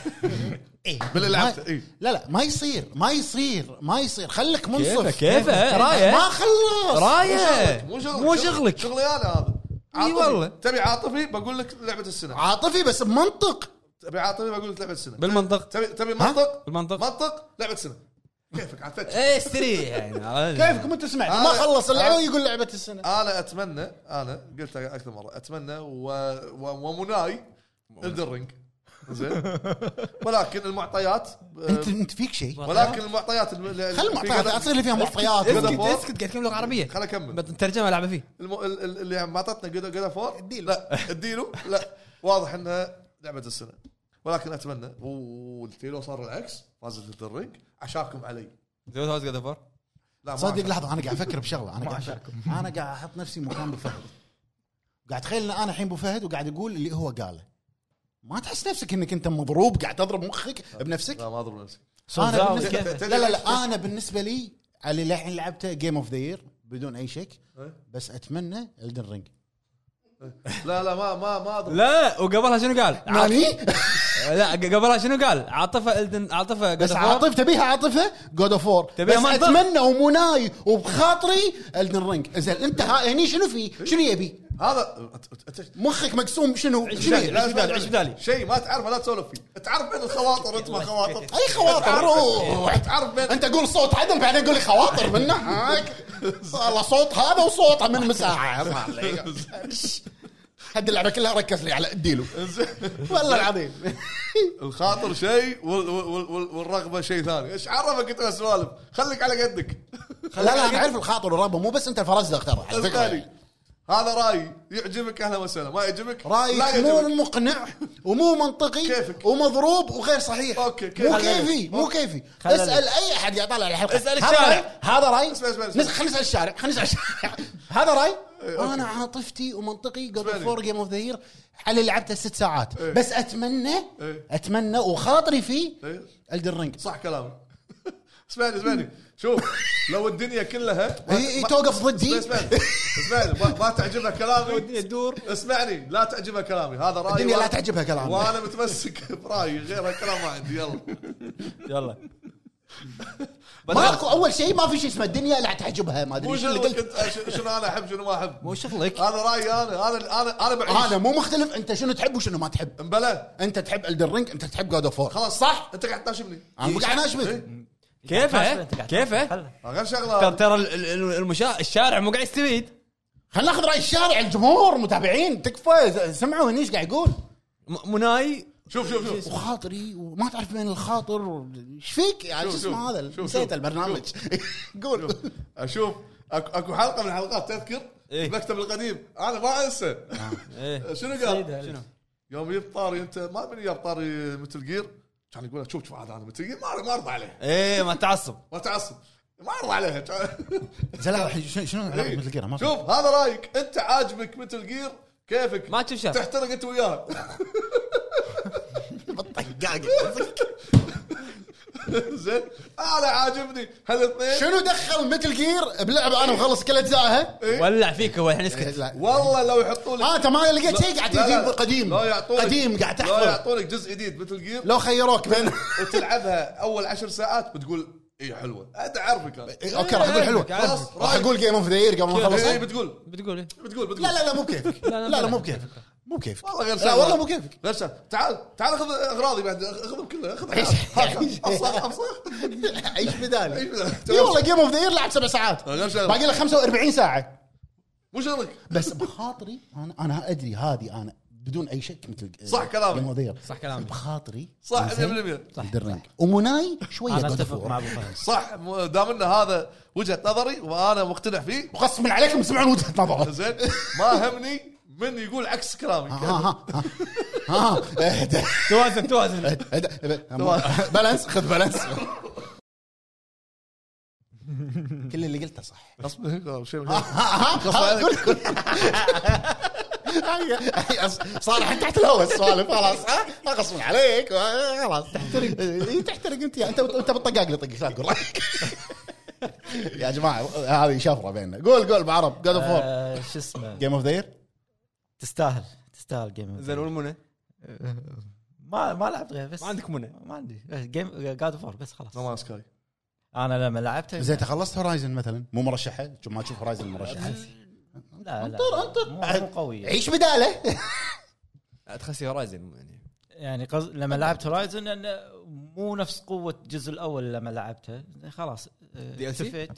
S3: إي.
S2: باللي لعبته اي
S3: إيه. لا لا ما يصير ما يصير ما يصير خلك منصف
S1: كيفه كيفه رايه
S3: ما خلص
S1: رايه
S2: مو شغلك
S1: مو شغلك
S2: شغلي انا هذا
S1: إي
S2: عاطفي.
S1: والله.
S2: تبي عاطفي بقول لك لعبه السنه
S3: عاطفي بس بمنطق
S2: تبي عاطفي بقول لك لعبه السنه
S1: بالمنطق
S2: تبي تبي منطق
S1: بالمنطق
S2: منطق لعبه السنه كيفك عاد فتش
S4: إيه،
S1: ايه استريح يعني
S3: كيفك ما تسمع
S2: آه.
S3: ما خلص اللعبه ويقول لعبه السنه
S2: انا اتمنى انا قلتها اكثر مره اتمنى و... و... ومناي الدرنج زين ولكن المعطيات
S3: انت انت فيك شيء
S2: ولكن المعطيات الم- اللي-
S3: خل المعطيات تصير اللي فيها معطيات
S2: اسكت،
S1: اسكت
S2: اسكت،
S1: اسكت قاعد تكلم لغه عربيه
S2: خل اكمل
S1: الترجمه لعبه فيه
S2: الم... ال- ال- اللي يعني معطتنا جود جود فور لا الديلو لا واضح انها لعبه السنه ولكن اتمنى والديلو صار العكس فازت الدرنج عشاكم علي لا ما
S3: صدق
S2: عشاكم.
S3: لحظه انا قاعد افكر بشغله انا قاعد انا قاعد احط نفسي مكان ابو فهد قاعد اتخيل ان انا الحين ابو فهد وقاعد اقول اللي هو قاله ما تحس نفسك انك انت مضروب قاعد تضرب مخك بنفسك
S2: لا ما اضرب نفسي
S4: زاوية
S3: انا بالنسبة-
S2: كيفه.
S3: لا لا لا انا بالنسبه لي على اللي الحين لعبته جيم اوف ذا يير بدون اي شك
S2: إيه.
S3: بس اتمنى الدن رينج
S2: لا لا ما ما ما اضرب
S1: لا وقبلها شنو قال؟
S2: نعم.
S3: ناني
S1: لا قبلها شنو قال؟ عاطفه الدن عاطفه
S3: بس عاطف تبيها عاطفه جود اوف وور بس
S1: تبيها منطق.
S3: اتمنى ومناي وبخاطري الدن رينج زين انت ها- هني شنو
S2: إيه؟
S3: في شنو يبي
S2: هذا أت- أت-
S3: مخك مقسوم شنو
S2: إيه،
S3: شنو
S1: دقايق.
S3: يبي؟
S1: عيش بدالي، عيش بدالي.
S2: شيء ما تعرفه لا تسولف فيه تعرف بين الخواطر انت ما خواطر
S3: اي خواطر روح
S2: تعرف بين
S3: انت قول صوت عدل بعدين قول لي خواطر منه هاك والله صوت هذا وصوت من مساحه ما عليك. هاد اللعبه كلها ركز لي على اديله والله العظيم
S2: الخاطر شيء وال- وال- وال- والرغبه شيء ثاني ايش عرفك انت سوالف خليك على قدك
S3: لا لا انا اعرف الخاطر والرغبه مو بس انت الفرزدق ترى على فكرة.
S2: اسمعني يعني. هذا رايي يعجبك اهلا وسهلا ما يعجبك لا
S3: رايك مو
S2: يعجبك
S3: مقنع ومو منطقي
S2: كيفك.
S3: ومضروب وغير صحيح
S2: أوكي،
S3: مو
S2: كيفك.
S3: كيفي مو كيفي
S4: خلنا
S3: اسال اي احد قاعد يطالع الحلقه
S1: اسأل
S3: هذا
S1: الشارع.
S3: رأي؟ هذا راي
S2: اسمع، اسمع، اسمع.
S3: نس- خلينا نسال الشارع خلينا نسال الشارع هذا راي انا عاطفتي ومنطقي قبل
S2: اسمعني.
S3: فور جيم اوف ذا يير على اللي لعبته ست ساعات
S2: إيه.
S3: بس اتمنى
S2: إيه.
S3: اتمنى وخاطري فيه
S2: إيه.
S3: الدر رينج
S2: صح كلامك اسمعني اسمعني شوف لو الدنيا كلها ما-
S3: هي هي
S2: ما-
S3: توقف ضدي
S2: اسمعني اسمعني ما- ما تعجبها كلامي
S1: تدور
S2: اسمعني لا تعجبها كلامي هذا رايي
S3: الدنيا لا
S2: وأنا-
S3: تعجبها كلامي
S2: وانا متمسك برايي غير هالكلام ما عندي يلا
S1: يلا
S3: ماكو اول شيء ما في شيء اسمه الدنيا لا تعجبها ما ادري
S2: مو
S3: إيش
S2: شنو
S3: اللي قلت
S2: كنت شنو انا احب شنو ما احب
S1: مو شغلك
S2: هذا رايي انا انا انا انا بعيش
S3: هذا مو مختلف انت شنو تحب وشنو ما تحب
S2: مبلا
S3: انت تحب الدر رينج انت تحب جود اوف وور
S2: خلاص صح انت قاعد تناشبني إيه؟
S3: انا قاعد اناشبك
S1: كيفه؟ كيفه؟
S4: خلنا.
S2: غير
S1: ترى
S2: شغله
S1: ترى ال- ال- ال- المشا... الشارع مو قاعد يستفيد
S3: خلينا ناخذ راي الشارع الجمهور متابعين تكفى سمعوا هنيش قاعد يقول
S1: م- مناي
S2: شوف شوف شوف
S3: وخاطري وما تعرف بين الخاطر و- ايش فيك يعني
S2: شوف،
S3: شو
S2: شوف،
S3: اسمه هذا
S2: شوف، شوف،
S3: نسيت البرنامج قول
S2: اشوف اكو اكو حلقه من الحلقات تذكر
S1: إيه.
S2: المكتب القديم انا ما انسى
S1: إيه.
S2: شنو قال؟
S4: سيدة. شنو؟
S2: يوم جبت طاري انت ما من جاب طاري مثل جير كان يقول لك شوف شوف هذا انا مثل جير ما ما ارضى عليه
S1: ايه ما تعصب
S2: ما تعصب ما ارضى عليه
S3: زلمه الحين شنو شنو علاقه مثل كذا ما في.
S2: إيه. شوف هذا رايك انت عاجبك مثل جير كيفك
S1: ما تشوف شر
S2: تحترق انت وياها
S3: بالطقاقة.
S2: زين انا عاجبني هالاثنين
S3: شنو دخل مثل جير بلعبه انا مخلص كل اجزائها
S2: إيه.
S1: ولع فيك هو الحين اسكت
S3: لا.
S2: والله لو يحطوا لك
S3: اه انت ما لقيت شيء قاعد
S2: لا، لا،
S3: تجيب قديم
S2: لا يعطونك
S3: قديم قاعد
S2: لا
S3: تحفظ
S2: يعطونك جزء جديد مثل جير
S3: لو خيروك بين
S2: وتلعبها اول عشر ساعات بتقول إيه اي حلوه انت عارفك انا
S3: اوكي راح اقول حلوه
S1: عارفك.
S3: خلاص راح اقول جيم اوف ذا يير قبل ما اخلصها
S2: اي إيه، بتقول
S1: بتقول ايه
S2: بتقول بتقول
S3: لا لا لا مو بكيفك لا لا مو بكيفك مو بكيفك
S2: والله غير
S3: لا
S2: سهل.
S3: والله مو كيفك
S2: لا شا- تعال تعال خذ اغراضي بعد خذهم كلها خذ
S3: إيه،
S2: هاك. افصح افصح
S3: عيش
S2: عيش
S3: بدالي
S2: بدالي.
S3: اي والله جيم اوف ذا يير لعب سبع ساعات
S2: غير
S3: باقي
S2: شغله
S3: له 45 ساعه
S2: مو شغلك
S3: بس بخاطري انا انا ادري هذه انا بدون اي شك مثل
S2: صح كلامك.
S3: كلامك
S1: صح كلامك.
S3: بخاطري
S2: صح
S3: إنزين؟
S2: 100%
S4: صح.
S3: الدرينج ومناي شويه
S4: انا
S3: God of
S4: اتفق
S3: War.
S4: مع ابو فهد
S2: صح م- دام ان هذا وجهه نظري وانا مقتنع فيه
S3: وقسما عليكم سمعون وجهه نظره
S2: زين ما همني من يقول عكس كلامي
S3: ها ها ها ها اهدى
S1: توازن توازن
S3: اهدى، اهدى. بالانس خذ بالانس كل اللي قلته صح
S2: غصب عنك، شيء
S3: ها، ها، ها، ها، قول- قول. هاي- هاي أص- صالح تحت الهواء السوالف خلاص ها ها، غصب عليك ها، خلاص تحترق إي، تحترق انت انت انت بالطقاق اللي طقك لا تقول رأيك. يا جماعه هذه شفره بيننا قول قول بعرب جود اوف وور
S4: آه، شو اسمه
S3: طيب. جيم اوف ذا يير
S4: تستاهل تستاهل جيم يعني،
S1: زين والمنى
S4: ما ما لعبت غير بس
S1: ما عندك منى
S4: ما عندي بس جيم جاد فور بس خلاص
S2: نو مان سكاي
S4: انا لما لعبته
S3: زين خلصت هورايزن مثلا مو مرشحه شو ما تشوف هورايزن مرشحه
S4: لا لا
S3: انطر، انطر. إيه.
S4: مو- مو قوي
S3: عيش بداله
S1: تخسي هورايزن يعني
S4: يعني قص... لما لعبت هورايزن انه مو نفس قوه الجزء الاول لما لعبته خلاص آه،
S1: DLC
S4: اكتفيت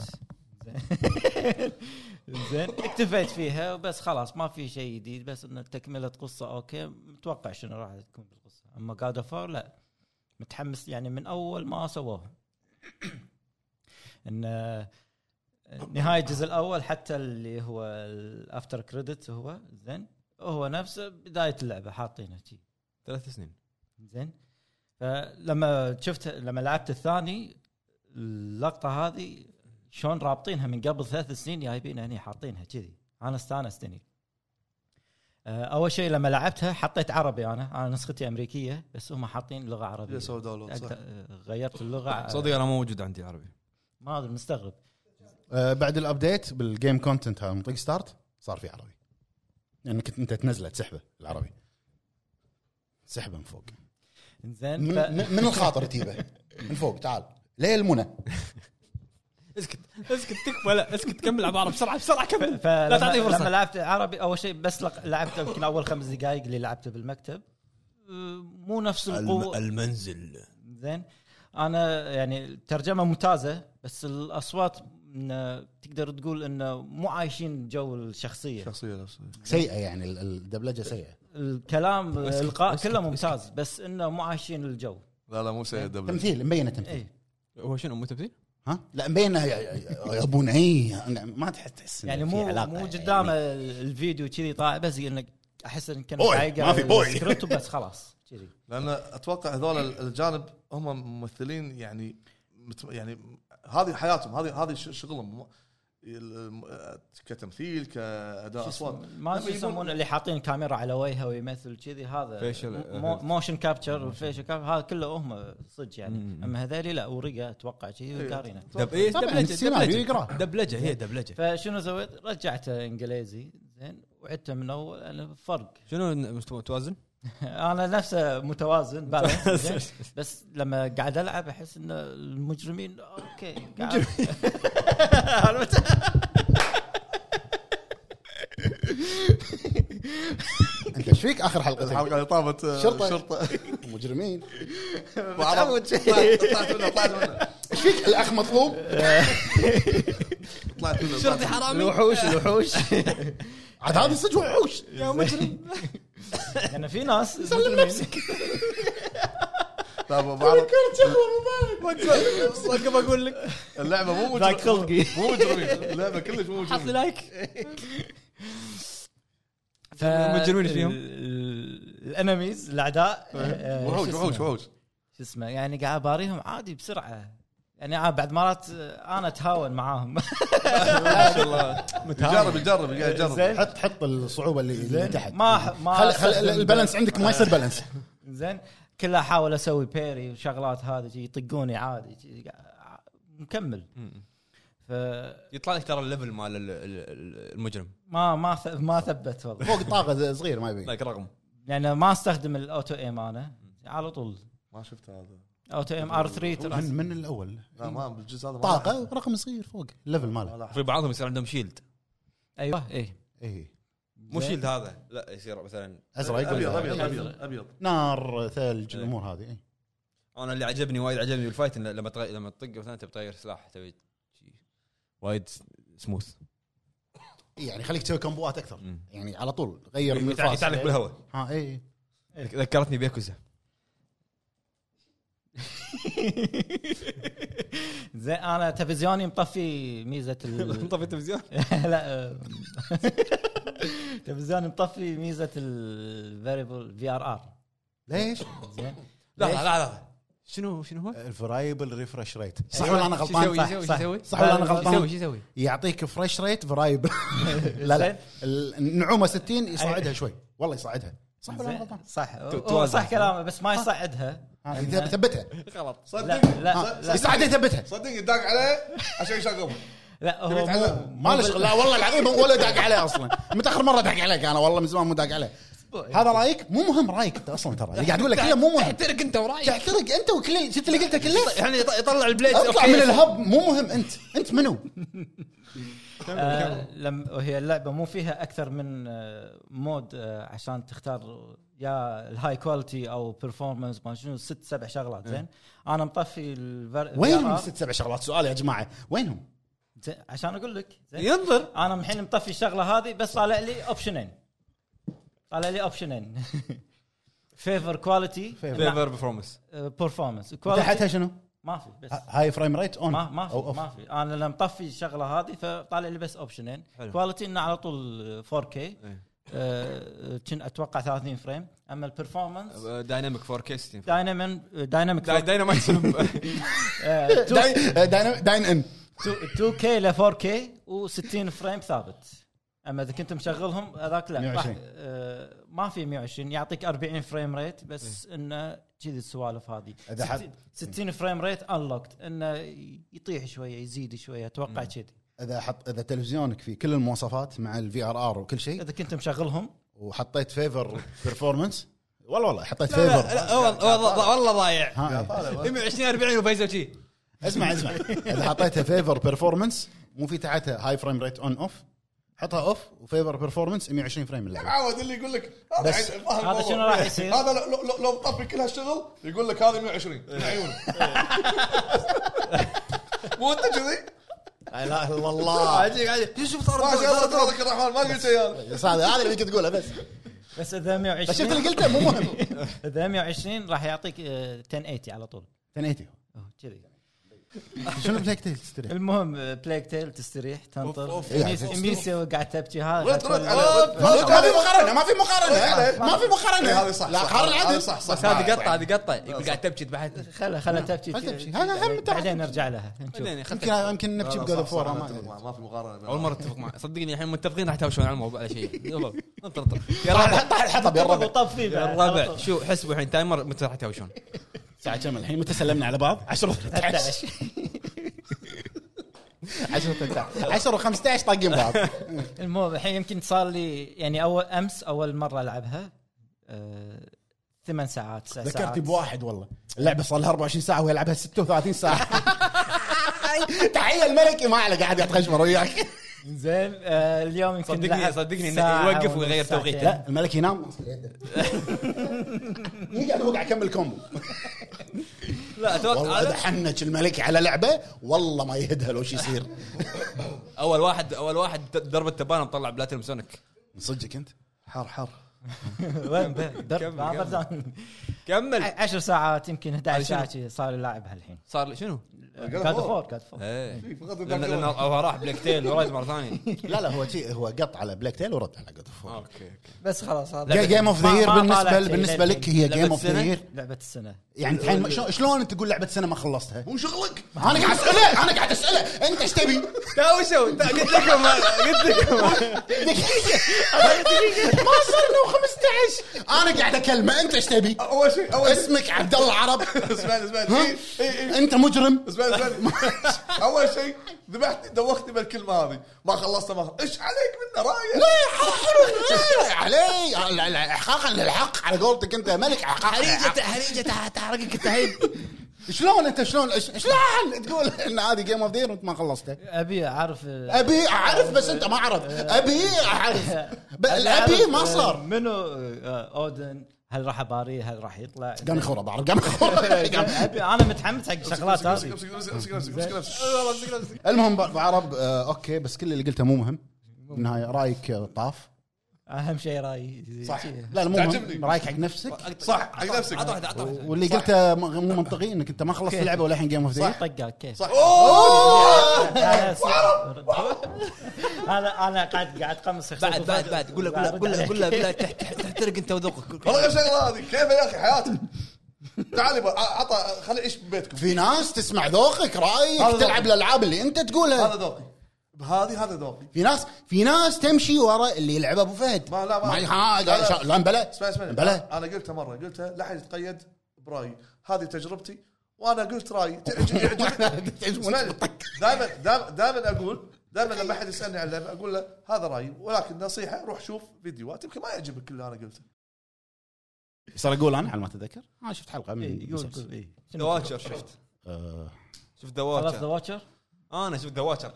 S4: زين اكتفيت فيها وبس خلاص ما في شيء جديد بس انه تكمله قصه اوكي متوقع شنو راح تكون بالقصه اما جاد اوف لا متحمس يعني من اول ما سووها ان آه، نهايه الجزء الاول حتى اللي هو الافتر كريدت هو زين هو نفسه بدايه اللعبه حاطينه شي
S1: ثلاث سنين
S4: زين فلما شفت لما لعبت الثاني اللقطه هذه شلون رابطينها من قبل ثلاث سنين جايبينها هني حاطينها كذي انا استانست هني آه، اول شيء لما لعبتها حطيت عربي انا انا نسختي امريكيه بس هم حاطين لغه عربيه
S2: يسوي داونلود صح
S4: أقدر- آه، غيرت اللغه
S1: صدق انا مو موجود عندي عربي
S4: ما ادري مستغرب
S3: آه، بعد الابديت بالجيم كونتنت هذا مطق ستارت صار في عربي لانك يعني انت تنزله تسحبه العربي سحبه من فوق
S4: زين
S3: من,
S4: ف...
S3: من الخاطر تجيبه من فوق تعال ليه المنى
S1: اسكت اسكت تكفى لا اسكت كمل عباره بسرعه بسرعه كمل
S4: فلما
S1: تعطيه فرصة.
S4: لما لعبت عربي اول شيء بس لق- لعبت يمكن اول خمس دقائق اللي لعبته بالمكتب آه، مو نفس القوه
S1: المنزل
S4: زين انا يعني الترجمه ممتازه بس الاصوات إنه تقدر تقول انه مو عايشين جو الشخصيه
S2: شخصيه نفسها
S3: سيئه يعني ال- الدبلجه سيئه
S4: الكلام
S1: اسكت،
S4: القاء
S1: اسكت،
S4: كله ممتاز بس انه مو عايشين الجو إيه،
S2: لا لا مو سيء دبل
S3: تمثيل مبينه تمثيل
S4: اي
S1: هو شنو مو تمثيل؟
S3: ها لا مبينه يا- يا- يا ابونا اي ما تحس تحس إن
S4: يعني
S3: في
S4: مو
S3: علاقة
S4: مو
S3: يعني.
S4: قدامه الفيديو كذي طالع بس انك احس ان كان
S3: بوي، ما في بوي.
S4: السكريبت بس خلاص كذي
S2: لان اتوقع هذول الجانب هم ممثلين يعني مت- يعني هذه حياتهم هذه هذه ش- شغلهم م- ال- كتمثيل كاداء
S4: شو
S2: اصوات
S4: اسمه؟ ما شو
S2: لما يقول-
S4: يسمون اللي حاطين كاميرا على وجهه ويمثل كذي هذا
S1: Facial
S3: آه،
S4: مو-
S1: effect.
S4: موشن كابتشر والفيشل كابتشر هذا كله هم صدق
S1: مم.
S4: يعني اما هذول لا ورقه اتوقع كذي
S2: إيه.
S4: وقارينه
S1: دب ايه
S3: طبعاً،
S1: دبلجه
S3: السيناريو
S1: دبلجه
S3: يقرأ.
S1: دبلجه هي دبلجه
S4: فشنو سويت؟ رجعته انجليزي زين وعدته من اول انا فرق
S1: شنو مستوى توازن؟
S4: انا نفسه متوازن بالانس، زين؟ بس لما قاعد العب احس ان المجرمين اوكي قاعد- عرفت؟
S3: انت ايش فيك اخر حلقه
S2: الحلقه اللي طابت آه،
S3: شرطة.
S2: شرطه
S3: مجرمين
S2: وعرب- طلعت طلعت منها طلعت منها
S3: ايش فيك الاخ مطلوب
S2: طلعت منها
S1: شرطي
S2: طلعت
S1: حرامي
S4: الوحوش الوحوش
S3: عاد هذه صدق وحوش
S1: يا مجرم
S4: لان في ناس
S3: سلم نفسك
S2: منها. لا، أبو عرب،
S1: وقف اقول لك
S2: اللعبه مو
S4: ذاك
S2: مجرم
S4: خلقي
S2: مو مجرمين اللعبه كلش مو
S1: حط لي
S2: مجرمين
S1: لايك
S4: ف-
S1: مجنون إيش فيهم؟
S4: ال- ال- الانميز الاعداء آه،
S2: وحوش
S4: شو
S2: وحوش
S4: اسمه؟
S2: وحوش
S4: شو اسمه يعني قاعد اباريهم عادي بسرعه يعني أنا بعد مرات آه، انا اتهاون معاهم
S2: ما شاء الله يجرب يجرب قاعد
S4: زين.
S2: يجرب
S3: حط حط الصعوبه اللي, اللي تحت
S4: ما ما
S3: خل خل
S4: أستخدم-
S3: البالانس عندك ما يصير بالانس
S4: زين كلها احاول اسوي بيري وشغلات هذه شي يطقوني عادي شي قاعد- مكمل فما
S1: يطلع لك ترى الليفل مال ال- ال- ال- المجرم
S4: ما ث- ما ثبت والله
S3: فوق طاقه صغير ما يبين
S1: لايك رقم
S4: يعني ما استخدم الاوتو ايم انا على طول
S2: ما شفت هذا
S4: اوتو ايم ار 3
S3: من,
S4: ترى
S3: من الاول
S2: لا ما بالجزء هذا ما
S3: طاقه ورقم صغير فوق الليفل ماله
S2: ما لاحظت.
S4: أيوة،
S1: في بعضهم يصير عندهم شيلد
S3: إيه.
S4: ايوه اي
S3: اي
S1: مو شيلد هذا لا يصير مثلا
S3: ازرق
S2: ابيض
S3: ولا-
S2: ابيض ابيض ابيض
S3: نار ثلج
S1: إيه.
S3: الامور هذه إيه.
S1: انا اللي عجبني وايد عجبني بالفايت انه لما تغير لما تطق مثلا تبي تغير سلاح تبي شي وايد سموث
S3: يعني خليك تسوي كومبوات اكثر
S1: مم.
S3: يعني على طول غير من
S1: يتع-
S3: الفاس
S1: يتعلق بالهواء
S3: ها إيه. اي
S1: ذكرتني بياكوزا
S4: زين انا تلفزيوني مطفي ميزه ال...
S1: مطفي التلفزيون
S4: لا آه، طيب، تلفزيوني مطفي ميزه الفاريبل في ار ار
S3: ليش؟
S4: زين
S1: لا لا لا لا شنو شنو هو؟
S3: الفرايبل ريفرش ريت صح ولا انا غلطان
S1: شو
S3: صح
S1: يسوي شو
S4: صح.
S1: يسوي؟
S3: صح ولا انا
S4: لا، لا،
S1: شو يسوي
S3: غلطان
S1: شو يسوي؟
S3: يعطيك فريش ريت فرايبل لا لا النعومه 60 يصعدها شوي والله يصعدها صح ولا انا
S4: زين.
S3: غلطان؟
S4: صح هو
S1: توازن.
S4: صح كلامه بس ما يصعدها
S3: ها، يثب- ثبتها
S1: غلط
S4: لا
S2: صدق
S4: لا لا,
S3: يساعده يثبتها
S2: صدق يداق عليه عشان يشغله
S4: لا
S2: تبي
S4: هو
S2: تعلم؟
S4: مو-
S3: ما له شغل لا والله العظيم ولا داق عليه اصلا متى اخر مره داق عليك انا والله من زمان مو داق عليه هذا رايك مو مهم رايك انت اصلا ترى اللي قاعد اقول لك اياه مو مهم
S1: تحترق انت ورايك
S3: تحترق انت وكل شفت اللي قلته كله
S1: يعني يط- يطلع البليد
S3: اطلع من الهب مو مهم انت انت منو
S4: آه، لم وهي اللعبه مو فيها اكثر من آه، مود آه، عشان تختار يا الهاي كواليتي او برفورمانس ما شنو ست سبع شغلات زين انا مطفي الفر...
S3: وينهم ست سبع شغلات سؤال يا جماعه وينهم؟
S4: زين، عشان اقول لك زين
S1: ينظر
S4: انا الحين مطفي الشغله هذه بس طالع لي اوبشنين طالع لي اوبشنين فيفر كواليتي
S1: فيفر بفرومس
S4: برفورمانس
S3: تحتها شنو؟
S4: ما في بس
S3: ه- هاي فريم ريت اون
S4: ما ما
S3: أو
S4: في
S3: أوف.
S4: ما في انا لما مطفي الشغله هذه فطالع لي بس اوبشنين
S1: حلو.
S4: كواليتي انه على طول 4K
S1: إيه.
S4: آه، كن اتوقع 30 فريم اما البرفورمانس
S1: دايناميك 4 كي 60
S4: داينامن دايناميك آه،
S1: دايناميك
S3: داين- داين داين ان
S4: 2K ل 4K و60 فريم ثابت اما اذا كنت مشغلهم هذاك لا راح-
S3: 120.
S4: آه، ما في 120 يعطيك 40 فريم ريت بس انه كذي السوالف هذه
S3: إيه. إذا حد-
S4: 60 60 فريم ريت انلوكت انه يطيح شويه يزيد شويه
S3: إيه.
S4: اتوقع كذي
S3: اذا حط اذا تلفزيونك فيه كل المواصفات مع الفي ار ار وكل شيء
S4: اذا كنت مشغلهم
S3: وحطيت فيفر برفورمانس والله والله حطيت فيفر
S1: والله والله ضايع
S3: ها إيه.
S2: طالع
S1: 120 40 وفيصل شي
S3: اسمع اسمع اذا حطيتها فيفر برفورمانس مو في تحتها هاي فريم ريت اون اوف حطها اوف وفيفر برفورمانس 120 فريم اللعبه
S2: عاود اللي يقول لك هذا
S3: بس
S2: عيد- فاهم
S4: هذا
S2: الموضوع.
S4: شنو راح يصير؟
S2: هذا لو- لو- لو- لو طفي كل هالشغل يقول لك هذه 120
S3: إيه.
S2: من عيونه مو انت كذي؟
S3: لا اله الا الله
S1: عجيب عجيب شوف صار
S2: ما شاء الله
S1: صار- صار-
S2: تبارك الرحمن ما قلت شيء انا
S3: بس هذا هذا اللي كنت تقوله بس
S4: بس اذا
S3: بس شفت
S4: 120
S3: اللي قلته مو مهم
S4: اذا 120 راح يعطيك آه، 1080 على طول
S3: 1080
S4: أوه، كذي
S3: شنو بلاك تيل تستريح؟
S4: المهم آه، بلاك تيل تستريح تنطر
S2: أوف،
S3: أوف. إيه، يعني
S4: ميس- ميسيو قاعد تبكي هذا
S2: رد رد
S4: كله-
S2: عليه
S3: ما
S2: رد
S3: في
S2: عليه
S3: مقارنه ما في مقارنه
S2: عليه.
S3: ما في مقارنه
S2: هذه صح
S3: لا
S2: صح.
S3: قارن
S2: هذه
S3: عدل
S2: صح صح
S1: بس هذه قطه هذه قطه يقول قاعد تبكي ذبحتني
S4: خله خله تبكي
S3: نعم. ما تبكي.
S4: بعدين-
S3: أنا هم متعب.
S4: بعدين نرجع لها نشوف
S1: بعدين
S3: يمكن
S1: خلت-
S3: يمكن نبكي بجود اوف وور ما أدري.
S2: ما في مقارنه
S1: اول مره اتفق معك صدقني الحين متفقين راح يتهاوشون على الموضوع على شيء يلا انطر انطر يا
S3: طاح
S1: ربع
S3: طاح الحطب يا الربع
S4: وطب فيه
S1: يا
S4: بعد.
S1: الربع شو حسبوا الحين تايمر متى راح يتهاوشون
S3: الساعه كم الحين متى سلمنا على بعض 10
S4: 11.
S3: 13 10 13 10 و15 طاقين بعض
S4: المهم الحين يمكن صار لي يعني اول امس اول مره العبها آه، ثمان ساعات تسع ساعات
S3: ذكرتي بواحد والله اللعبه صار لها 24 ساعه وهو يلعبها 36 ساعه تحيه الملكي ما على قاعد يتخشمر وياك
S4: زين آه، اليوم يمكن
S1: صدقني-
S4: لعب
S1: صدقني إنه
S4: ساعة
S1: يوقف
S4: ونص،
S1: ويغير
S4: ساعتين.
S1: توقيته.
S3: لا الملك ينام وأصل يده. يقعد هو قاعد يكمل كومبو
S1: لا اتوقع
S3: والله اذا
S1: هذا
S3: حنك الملك على لعبه والله ما يهدها لو شي يصير
S1: اول واحد اول واحد ضربه تبانه مطلع بلاتينوم سونيك
S3: من صدقك انت
S2: حر حر
S4: وين ب- در-
S1: كمل،
S4: ما
S1: كمل.
S4: بردان.
S1: كمل
S4: عشر ساعات يمكن 11
S1: هذه شنو؟
S4: ساعه شي صار لاعبها الحين
S1: صار لي- شنو؟
S4: جاد فور جاد فور
S1: ايه
S2: إيه، فقط
S1: لان لان هو راح بلاك تيل ورد مره ثانيه
S3: لا لا هو شي هو قط على بلاك تيل ورد على جود اوف
S1: اوكي
S4: بس خلاص هذا
S3: جيم اوف ذا
S4: ما-
S3: يير
S4: ما
S3: بالنسبه
S4: طالعت
S3: بالنسبه
S4: إلى
S3: لك هي
S1: لعبة
S3: جيم اوف ذا
S1: السنة؟
S3: يير
S4: لعبه السنه
S3: يعني الحين شو- شلون تقول لعبه سنه ما خلصتها؟
S2: مو شغلك
S3: انا قاعد اساله انا قاعد اساله انت ايش تبي؟
S1: تهاوشوا قلت لكم قلت لكم
S3: دقيقه ما صرنا 15 انا قاعد اكلمه انت ايش تبي؟
S2: اول شيء اول شيء
S3: اسمك عبد الله عرب
S2: اسمعني اسمعني
S3: ها؟
S2: إي، إي، إي.
S3: انت مجرم
S2: اسمعني اسمعني اول شيء ذبحتني دوختني بالكلمه هذه ما خلصت ما خلصت. ايش عليك منه رايه
S3: علي احقاقا للحق على قولتك انت ملك احقاقا
S1: هريجة تحرقك التهيب
S3: شلون انت شلون إيش- شلون تقول ان هذه جيم اوف ذا وانت ما خلصته؟
S4: ابي اعرف
S3: ابي اعرف بس انت ما عرفت ابي اعرف ب-
S4: أبي
S3: الابي
S4: أعرف،
S3: ما
S4: آه،
S3: صار
S4: منو آه، اودن هل راح اباريه هل راح يطلع
S3: قام يخور أبو عرب قام يخور
S4: ابي انا متحمس حق الشغلات هذه
S2: امسك نفسك امسك نفسك امسك نفسك
S3: المهم ب- بعرب آه، اوكي بس كل اللي قلته مو مهم بالنهايه رايك آه، طاف
S4: اهم شيء رايي
S3: صح لا لا مو مهم
S2: تعجبني.
S3: رايك حق نفسك
S2: صح حق نفسك
S1: عطى واحده عطى واحده
S3: واللي قلته م- مو منطقي انك انت ما خلصت اللعبه ولا الحين جيم اوف ذا
S4: طقاك كيف
S2: صح
S4: آه، انا آه، انا انا قاعد قاعد قمص
S1: بعد بعد بعد قول له قول له قول له قول له- قول له تح- تح- تحترق انت وذوقك
S2: والله يا شغله هذه كيف يا اخي حياتي تعال يبا عطى خليه يعيش ببيتكم
S3: في ناس تسمع ذوقك رايك
S2: هذا
S3: تلعب الالعاب اللي انت
S2: هذا
S3: تقولها
S2: ذوقي بهذه هذا ذوقي
S3: في ناس في ناس تمشي ورا اللي يلعب ابو فهد
S2: ما- لا، ما-
S3: ما ها-
S2: لا، لا.
S3: شا- لا بلا
S2: اسمع اسمع آه،
S3: بلا
S2: انا قلتها مره قلتها لا احد يتقيد برايي هذه تجربتي وانا قلت رايي دائما دائما اقول دائما
S3: إيه.
S2: لما احد يسالني عن اللعبه اقول له هذا رايي ولكن نصيحه روح شوف فيديوهات يمكن ما يعجبك كل اللي انا قلته
S3: صار اقول انا على ما اتذكر
S2: آه،
S3: انا شفت حلقه من
S4: يقول
S3: مسلسل.
S4: قول إيه.
S1: ذا
S4: شنو؟
S1: واتشر شفت
S3: آه،
S1: شفت ذا
S4: خلاص
S1: واتشر
S4: ذا واتشر
S1: انا آه، شفت ذا واتشر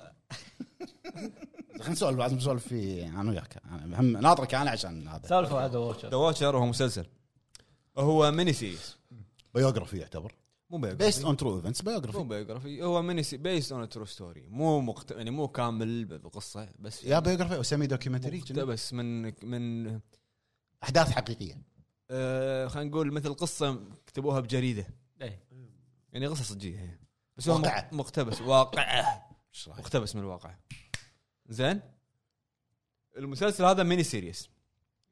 S3: خلينا نسولف بعد نسولف في انا وياك انا هم ناطرك انا عشان هذا
S4: سالفه عن ذا
S1: ذا
S4: واتشر
S1: واتشر هو مسلسل هو ميني سيريز
S3: بايوغرافي يعتبر
S1: مو بيوغرافي
S3: بيست اون ترو ايفنتس
S1: مو
S3: بايوغرافي
S1: بيوغرافي هو ميني سي بيست اون ترو ستوري مو مقت... يعني مو كامل بقصه بس
S3: يا بايوغرافي او سيمي دوكيومنتري
S1: مقتبس من من
S3: احداث حقيقيه
S1: آه خلينا نقول مثل قصه كتبوها بجريده
S4: إيه.
S1: يعني قصه صجيه هي بس هو
S3: واقعة.
S1: مق- مقتبس واقع
S3: ايش رايك؟
S1: مقتبس من الواقع زين المسلسل هذا ميني سيريس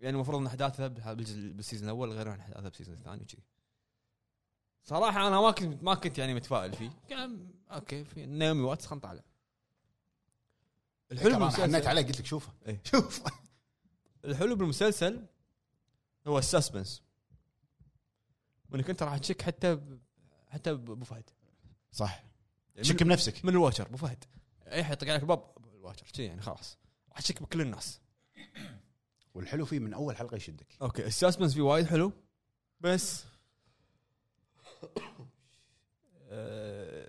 S1: يعني المفروض ان احداثه بها- بالجزء- بالسيزون الاول غير عن احداثها بالسيزون الثاني وكذي صراحه انا ما كنت ما كنت يعني متفائل فيه كان اوكي في نيومي واتس خلينا نطالع
S3: الحلو
S1: الحلو
S3: انا حنيت
S1: بالمسلسل
S3: عليه قلت لك شوفه
S1: إيه.
S3: شوف
S1: الحلو بالمسلسل هو السسبنس وانك انت راح تشك حتى ب... حتى بابو فهد
S3: صح
S1: يعني
S3: شك
S1: من,
S3: بنفسك
S1: من الواشر ابو فهد اي احد يطق عليك الباب الواشر شي يعني خلاص راح تشك بكل الناس
S3: والحلو فيه من اول حلقه يشدك
S1: اوكي السسبنس فيه وايد حلو بس آه،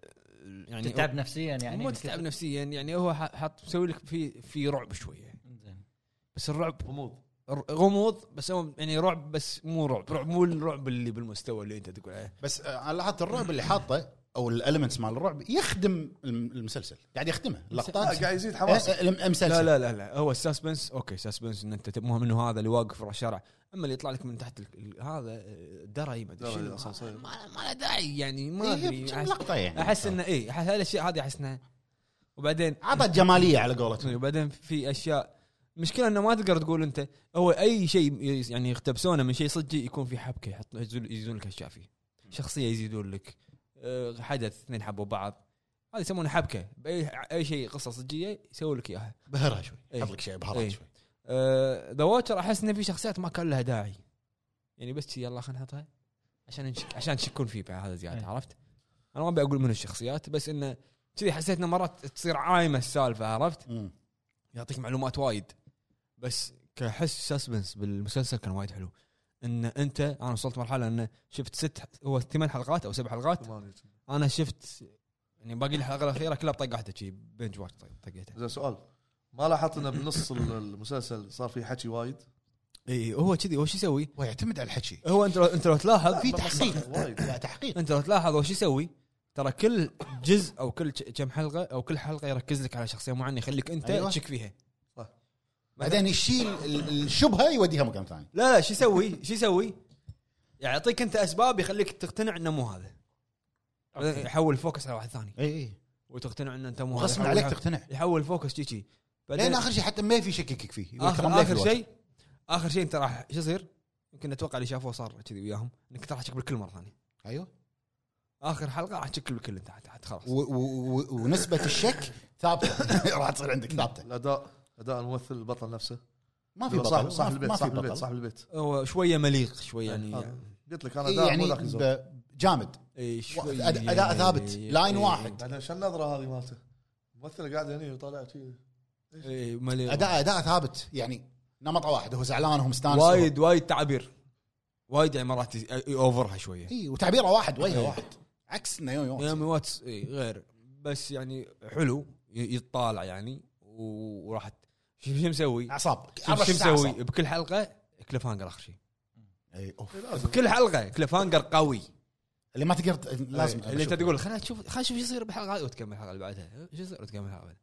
S1: يعني
S4: تتعب نفسيا يعني
S1: يعني مو تتعب نفسيا يعني هو ح- حط مسوي لك في في رعب شويه
S4: زين.
S1: بس الرعب
S2: غموض
S1: ر- غموض بس هو يعني رعب بس مو رعب رعب مو الرعب اللي بالمستوى اللي انت تقول عليه
S3: بس آه، انا لاحظت الرعب اللي حاطه او الالمنتس مال الرعب يخدم الم- المسلسل قاعد يخدمه اللقطات
S2: قاعد يزيد حماس
S3: آه، الم-
S1: لا
S3: المسلسل
S1: لا لا لا هو الساسبنس اوكي ساسبنس ان انت مو منه هذا اللي واقف ورا الشارع اما اللي يطلع لك من تحت ال- ال- هذا آه، دري ما ادري
S2: دري،
S1: شنو.
S2: أسانسير.
S1: ما ما له داعي يعني ما
S3: إيه،
S1: ادري
S3: كم
S1: أحس-
S3: لقطه يعني
S1: احس انه اي أحس هالاشياء هذه احس انها وبعدين
S3: عطت جماليه على قولتهم
S1: وبعدين في اشياء المشكله انه ما تقدر تقول انت هو اي شيء ي- يعني يقتبسونه من شيء صجي يكون في حبكه يحط يزول- يزيدون لك اشياء فيه شخصيه يزيدون لك آه، حدث اثنين حبوا بعض هذا يسمونه حبكه باي اي شيء قصه صجيه يسوي لك اياها
S3: بهرها شوي
S1: إيه.
S3: حط لك شيء بهرها
S1: إيه.
S3: شوي
S1: ذا واتشر احس ان في شخصيات ما كان لها داعي يعني بس شي يلا خلينا نحطها عشان نشك عشان تشكون فيه بعد هذا زياده
S4: أي.
S1: عرفت؟ انا ما ابي اقول من الشخصيات بس انه كذي حسيت انه مرات تصير عايمه السالفه عرفت؟
S3: مم.
S1: يعطيك معلومات وايد بس كحس سسبنس بالمسلسل كان وايد حلو ان انت انا وصلت مرحله انه شفت ست هو ثمان حلقات او سبع حلقات انا شفت يعني باقي لي الحلقه الاخيره كلها بطقه واحده شي طيب، بنج واتش طق- طقيتها
S2: زين سؤال ما لاحظت انه بنص المسلسل صار فيه حكي وايد
S1: اي إيه، هو كذي هو شو يسوي؟
S3: ويعتمد على الحكي
S1: هو انت لو انت لو تلاحظ
S3: في
S2: ما- ما-
S3: تحقيق
S2: وايد.
S3: لا تحقيق
S1: انت لو تلاحظ هو شو يسوي ترى كل جزء او كل ج- كم حلقه او كل حلقه يركز لك على شخصيه معينه يخليك انت
S3: أيوة.
S1: أيوة. تشك فيها
S2: صح.
S3: بعدين يشيل ال- الشبهه يوديها مكان ثاني
S1: لا لا شو يسوي شو يسوي يعطيك انت اسباب يخليك تقتنع انه مو هذا بعدين يحول الفوكس على واحد ثاني
S3: اي اي
S1: وتقتنع انه انت مو هذا
S3: وغصب
S1: يحول-
S3: عليك تقتنع
S1: يحول الفوكس شي شي بعدين
S3: لين اخر شيء حتى ما في شك يكك فيه يقول
S1: اخر,
S3: كرم ليه
S1: آخر
S3: في
S1: شيء اخر شيء انت راح شو يصير؟ يمكن اتوقع اللي شافوه صار كذي وياهم انك راح تشك بالكل مره ثانيه
S3: الوقت. ايوه
S1: اخر حلقه راح تشك بالكل انت حتى- حتى خلاص
S3: و- و- و- ونسبه الشك ثابته راح تصير عندك ثابته
S2: الاداء اداء الممثل البطل نفسه
S3: ما في
S2: صاحب-
S3: بطل
S2: صاحب
S3: ما-
S2: البيت
S3: ما في
S2: صاحب البيت
S3: بطل
S2: صاحب البيت
S1: هو شويه مليق شويه يعني
S2: هذا. قلت لك انا
S3: إيه
S2: اداء
S3: يعني
S2: مو ذاك الزود
S3: ب- جامد
S1: اي
S3: أد-
S1: شوي يعني إيه.
S3: اداء ثابت لاين
S1: إي-
S3: واحد
S2: بعدين شو النظره هذه مالته الممثل قاعد هني وطالع كذي
S3: إيه.
S1: إي مليق.
S3: اداء اداء ثابت يعني نمطه واحد هو زعلان هو مستانس
S1: وايد وايد تعابير وايد يعني مرات يز- اوفرها شويه إيه.
S3: اي وتعبيره واحد وجهه واحد عكس نايومي واتس
S1: نيومي يعني واتس إي، غير بس يعني حلو ي- يتطالع يعني و- وراح ت- شوف شو مسوي
S3: اعصاب
S1: شوف شو مسوي إيه، بكل حلقه كليف هانجر اخر شيء
S3: اي اوف
S2: لازم
S1: بكل حلقه كليف هانجر قوي
S3: إيه، اللي ما تقدر ت- لازم
S1: إيه، اللي انت
S3: أشوفه.
S1: تقول خلينا نشوف خلينا نشوف شو يصير بالحلقه هذه وتكمل الحلقه اللي بعدها شو يصير وتكمل الحلقه اللي بعدها.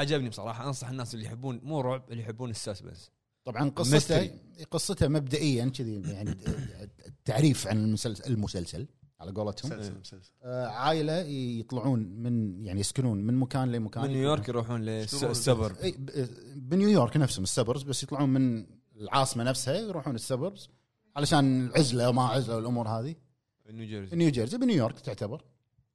S1: عجبني بصراحه انصح الناس اللي يحبون مو رعب اللي يحبون الساسبنس
S3: طبعا قصته
S1: Mystery.
S3: قصته مبدئيا كذي يعني التعريف عن المسلسل المسلسل على قولتهم
S2: مسلسل مسلسل
S3: آه، عائله يطلعون من يعني يسكنون من مكان لمكان
S1: من نيويورك يروحون للسبر
S3: إي، ب- آه، بنيويورك نفسهم السبرز بس يطلعون من العاصمه نفسها يروحون السبرز علشان العزله وما عزله والامور هذه
S1: نيوجيرسي
S3: نيو جيرسي بنيويورك تعتبر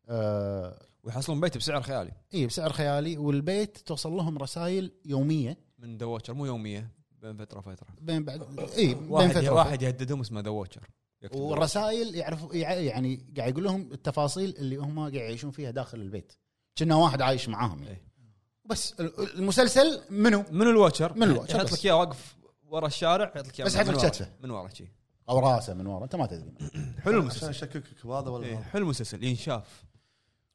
S3: آه،
S1: ويحصلون بيت بسعر خيالي
S3: اي بسعر خيالي والبيت توصل لهم رسائل يوميه
S1: من ذا ووتشر مو يوميه بين فتره وفتره
S3: بين بعد اي بين
S1: واحد
S3: فتره
S1: واحد يهددهم اسمه ذا ووتشر
S3: والرسائل يعرف يع- يعني قاعد يقول لهم التفاصيل اللي هم قاعد يعيشون فيها داخل البيت كنا واحد عايش معاهم يعني
S1: إيه.
S3: بس ال- المسلسل منو
S1: من الواتشر
S3: من الواتشر
S1: يحط
S3: بس.
S1: لك اياه واقف ورا الشارع يحط لك اياه
S3: بس
S1: من
S3: حق
S1: ورا-
S3: كتفه.
S1: من ورا شيء
S3: او راسه من ورا انت ما تدري
S1: حلو
S2: عشان
S1: المسلسل
S2: يشككك بهذا ولا
S1: إيه،
S2: بهذا.
S1: حلو المسلسل ينشاف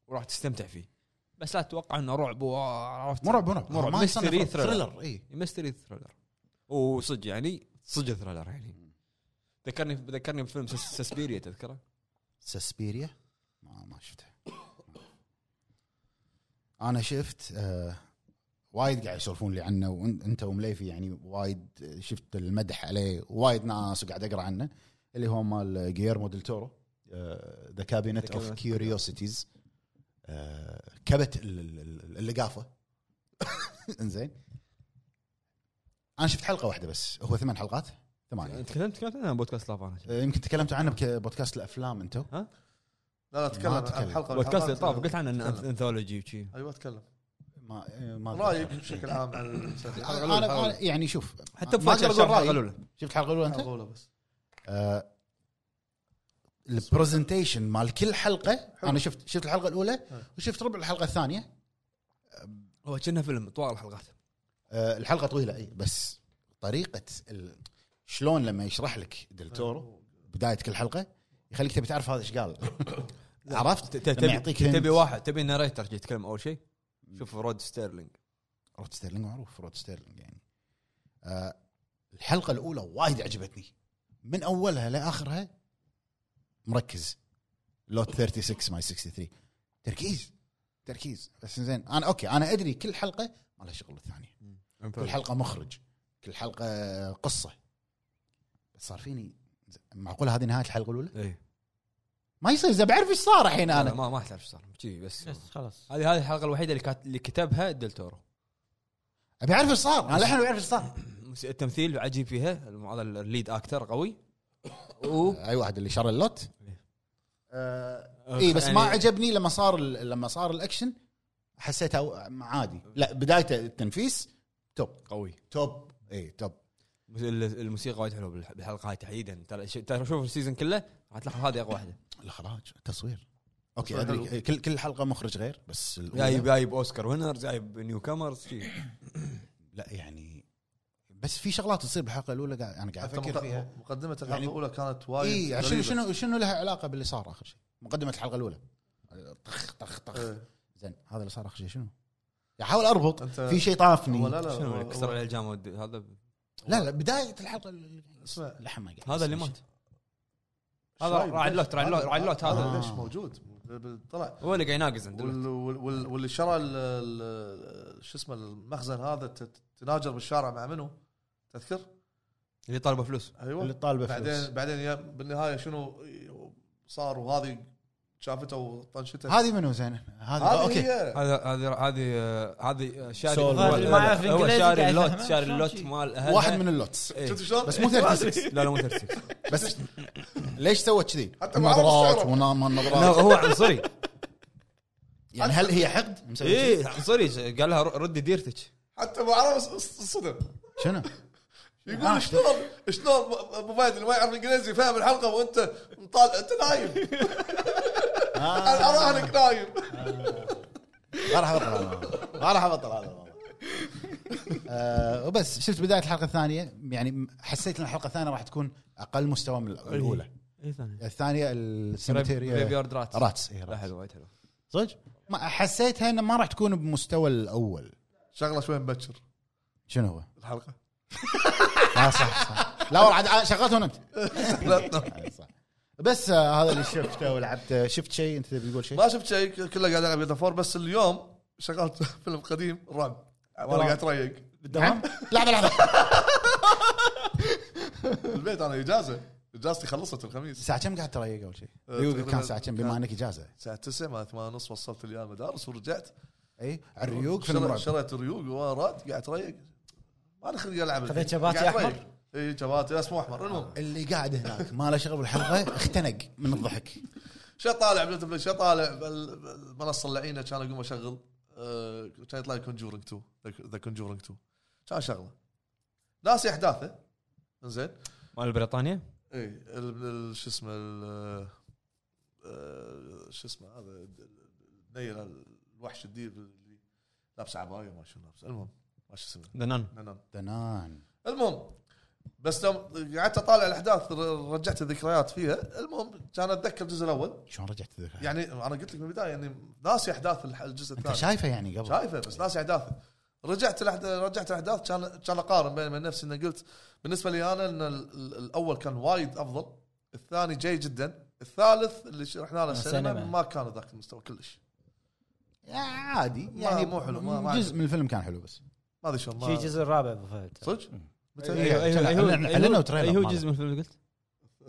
S1: وراح تستمتع فيه بس لا تتوقع انه رعب وعرفت
S3: مو رعب مو رعب
S1: مو رعب.
S3: ما يصنف
S1: ميستري،
S3: رعب.
S1: ثريلر.
S3: ثريلر اي
S1: ميستري ثريلر وصدق يعني صدق ثريلر يعني ذكرني ذكرني بفيلم سس- سسبيريا تذكره؟
S3: سسبيريا ما ما شفته انا شفت آه وايد قاعد يسولفون لي عنه وانت ومليفي يعني وايد شفت المدح عليه وايد ناس وقاعد اقرا عنه اللي هو مال جيرمو ديل تورو ذا كابينت
S1: The
S3: اوف
S1: Cabinet.
S3: كيوريوسيتيز آه، كبت ال- ال- ال- اللقافه انزين انا شفت حلقه واحده بس هو ثمان حلقات ثمانيه
S1: تكلمت تكلمت انا بودكاست لاف انا
S3: آه، يمكن تكلمتوا عنه بودكاست الافلام انتم
S2: لا لا تكلم عن
S3: تكلم.
S2: حلقه من
S1: بودكاست
S2: الحلقات.
S1: طاف قلت عنه انه
S2: تكلم.
S1: انثولوجي وشي
S2: ايوه تكلم
S3: ما آه، ما أدري.
S2: رايك بشكل عام عن المسلسل
S3: أنا-
S2: حلقه
S3: أنا- أنا يعني شوف
S1: حتى
S3: ما أقدر
S1: بفلاش
S3: أقول رأيي.
S1: قالوا له
S3: شفت الحلقه الاولى انت؟
S2: الاولى بس
S3: آه، البرزنتيشن مال كل حلقه انا شفت شفت الحلقه الاولى وشفت ربع الحلقه الثانيه
S1: هو كأنه فيلم طوال الحلقات
S3: آه، الحلقه طويله اي بس طريقه ال- شلون لما يشرح لك دلتورو بدايه كل حلقه يخليك تبي تعرف هذا ايش قال عرفت
S1: ت-
S3: لما
S1: تبي
S3: يعطيك
S1: تبي
S3: hint.
S1: واحد تبي ناريتر يتكلم اول شيء شوف رود ستيرلينج
S3: رود ستيرلينج معروف رود ستيرلينج يعني آه الحلقه الاولى وايد عجبتني من اولها لاخرها مركز لوت 36 ماي 63 تركيز تركيز بس زين انا اوكي انا ادري كل حلقه ما لها شغل الثانيه
S1: طيب.
S3: كل حلقه مخرج كل حلقه قصه بس صار فيني ز- معقوله هذه نهايه الحلقه الاولى؟
S1: ايه
S3: ما يصير اذا بعرف ايش صار الحين
S1: لا،
S3: انا
S1: ما ما تعرف ايش صار كذي بس
S4: بس خلاص
S1: هذه هذه الحلقه الوحيده اللي كانت اللي كتبها دلتورو
S3: ابي اعرف ايش صار انا الحين بعرف ايش صار
S1: مس- التمثيل عجيب فيها الم- هذا الليد اكتر قوي و
S3: اي واحد أيوة، اللي شرى اللوت
S1: إيه.
S3: آه اي بس
S2: يعني-
S1: يعني
S3: ما عجبني لما صار ال- لما صار الاكشن حسيته أو- عادي لا بدايته التنفيس توب
S1: قوي
S3: توب اي توب
S1: مس- ال- الموسيقى وايد حلوه بالح- بالحلقه هاي تحديدا ترى ش- ترى شوف السيزون كله هتلاحظ هذه اقوى واحده
S3: الاخراج التصوير اوكي
S2: تصوير
S3: ادري
S2: حلو.
S3: إيه، كل كل حلقه مخرج غير بس الأولى-
S1: جايب جايب اوسكار وينرز جايب نيو كامرز شي
S3: لا يعني بس في شغلات تصير بالحلقه الاولى قاعد انا قاعد
S2: حتى
S3: افكر
S2: مق-
S3: يعني فيها
S2: مقدمه الحلقه
S3: يعني-
S2: الاولى كانت وايد
S3: اي شنو
S2: غريبة.
S3: شنو شنو لها علاقه باللي صار اخر شيء مقدمه الحلقه الاولى طخ طخ طخ
S2: إيه.
S3: زين هذا اللي صار اخر شيء شنو؟ احاول اربط
S2: أنت-
S3: في شيء طافني
S2: هو لا لا
S1: شنو
S2: هو-
S1: كسر
S2: هو-
S1: عليه الجام ود- هذا
S3: لا لا بدايه الحلقه ال-
S2: اسمع.
S3: لحم قاعد
S1: هذا اللي
S3: يصير
S1: مات
S3: شيء.
S1: هذا
S2: شايب.
S1: راعي اللوت، راعي اللوت، راعي اللوت هذا.
S2: ليش
S3: آه.
S2: موجود ب- ب- طلع
S1: هو اللي قاعد يناقز عند
S2: وال- وال- وال- واللي شرى ال- ال- شو اسمه المخزن هذا ت- ت- تناجر بالشارع مع منو تذكر؟
S1: اللي طالبه فلوس
S3: اللي
S2: ايوه
S3: طالبه فلوس
S2: بعدين بعدين يا- بالنهايه شنو صار وهذه شافته وطنشته
S3: هذه منو زينه؟ هذه
S2: هذه
S3: آه، اوكي
S2: هي.
S1: هذه هذه هذه آه، هذه شاري
S3: سول.
S1: هو-
S4: اللي ما يعرف
S1: هو
S4: إنجليزي
S1: شاري
S4: قاعد
S1: اللوت
S4: يفهمها.
S1: شاري
S4: شلون
S1: اللوت
S4: شي؟
S1: مال اهلها
S3: واحد من اللوتس
S1: إيه.
S2: شفت شلون؟
S3: بس مو 36.
S1: لا لا مو 36
S3: بس ليش سوت كذي؟
S2: حتى ما نعم.
S3: النظرات
S2: عرفت
S1: لا،
S3: والنظرات
S1: هو عنصري
S3: يعني هل هي
S2: إيه.
S3: حقد؟ مسوي كذي؟
S1: اي إيه، عنصري قال لها ر- ردي ديرتك
S2: حتى ما عرف الصدم
S3: شنو؟
S2: يقول شلون شلون ابو فهد اللي ما يعرف انجليزي فاهم الحلقه وانت مطالع انت نايم
S3: آه.
S2: انا اراهنك نايم
S3: ما راح ابطل هذا ما راح ابطل هذا والله. آه، وبس شفت بدايه الحلقه الثانيه يعني حسيت ان الحلقه الثانيه راح تكون اقل مستوى من الاولى
S1: اي ثانيه
S3: الثانيه السيمتيريا
S1: يارد رات
S3: راتس إيه،
S1: لا
S3: راتس.
S1: حلو وايد حلو
S3: صدق ما حسيتها انه ما راح تكون بمستوى الاول
S2: شغله شوي مبكر
S3: شنو هو؟
S2: الحلقه
S3: لا آه، صح صح لا والله عاد- عاد شغلت ونمت
S2: لا، لا.
S3: يعني صح. بس آه، هذا اللي شفته ولعبته شفت شيء انت تبي تقول شيء؟
S2: ما شفت شيء ك- كله قاعد العب جاتا 4 بس اليوم شغلت فيلم قديم رعب وانا قاعد اتريق
S4: بالدوام
S3: لحظه لحظه
S2: البيت انا اجازه اجازتي خلصت الخميس
S3: الساعه كم قاعد تريق اول شيء؟
S2: أه،
S3: يقول
S2: تقريباً
S3: كان ساعه كم بما انك اجازه
S2: الساعه 9 مع 8 ونص وصلت لي المدارس ورجعت
S3: اي الريوق في
S2: شريت-
S3: المرعب
S2: شريت ريوق وراد قاعد اتريق ما لي خلق العب
S3: طيب،
S4: خذيت شباتي أحمر؟
S2: اي شباتي لا، اسمه احمر المهم
S3: اللي قاعد هناك ما له شغل بالحلقه اختنق من الضحك
S2: شو طالع بلوت بلاي شو طالع بال- بالمنصه اللعينه كان اقوم اشغل آه، كان يطلع لي كونجورنج 2 ذا كونجورنج 2 كان شغله ناسي احداثه زين
S1: مال بريطانيا
S2: اي ال- ال- شو اسمه ال- آه، شو اسمه هذا ال- ال- النيل هذا، الوحش الديب اللي لابس عبايه ما شنو لابس المهم ما شو اسمه
S1: ذا نان
S2: ننام.
S3: دنان
S2: المهم بس لو يعني قعدت اطالع الاحداث ر- رجعت الذكريات فيها المهم كان اتذكر الجزء الاول
S3: شلون رجعت ذي-
S2: يعني انا قلت لك من البدايه يعني ناسي احداث الح- الجزء
S3: انت
S2: الثاني
S3: شايفه يعني قبل
S2: شايفه بس ناسي احداثه رجعت الأحد... رجعت الاحداث كان كان اقارن بين من نفسي انه قلت بالنسبه لي انا ان ال- ال- الاول كان وايد افضل الثاني جاي جدا الثالث اللي شرحنا
S3: آه،
S2: له السينما
S4: السينما.
S2: ما كان ذاك المستوى كلش
S3: يا عادي
S2: ما-
S3: يعني
S2: مو حلو، ما- ما
S3: جزء
S2: عجبني.
S3: من الفيلم كان حلو بس
S2: ما ادري شلون
S4: في
S2: ما
S4: جزء رابع ابو فهد
S2: صدق؟ متى-
S1: أيوة،
S3: إيه، أعلنوا
S1: اي
S3: تريلر
S1: هو
S3: ماله.
S1: أيوة، جزء من الفيلم اللي قلت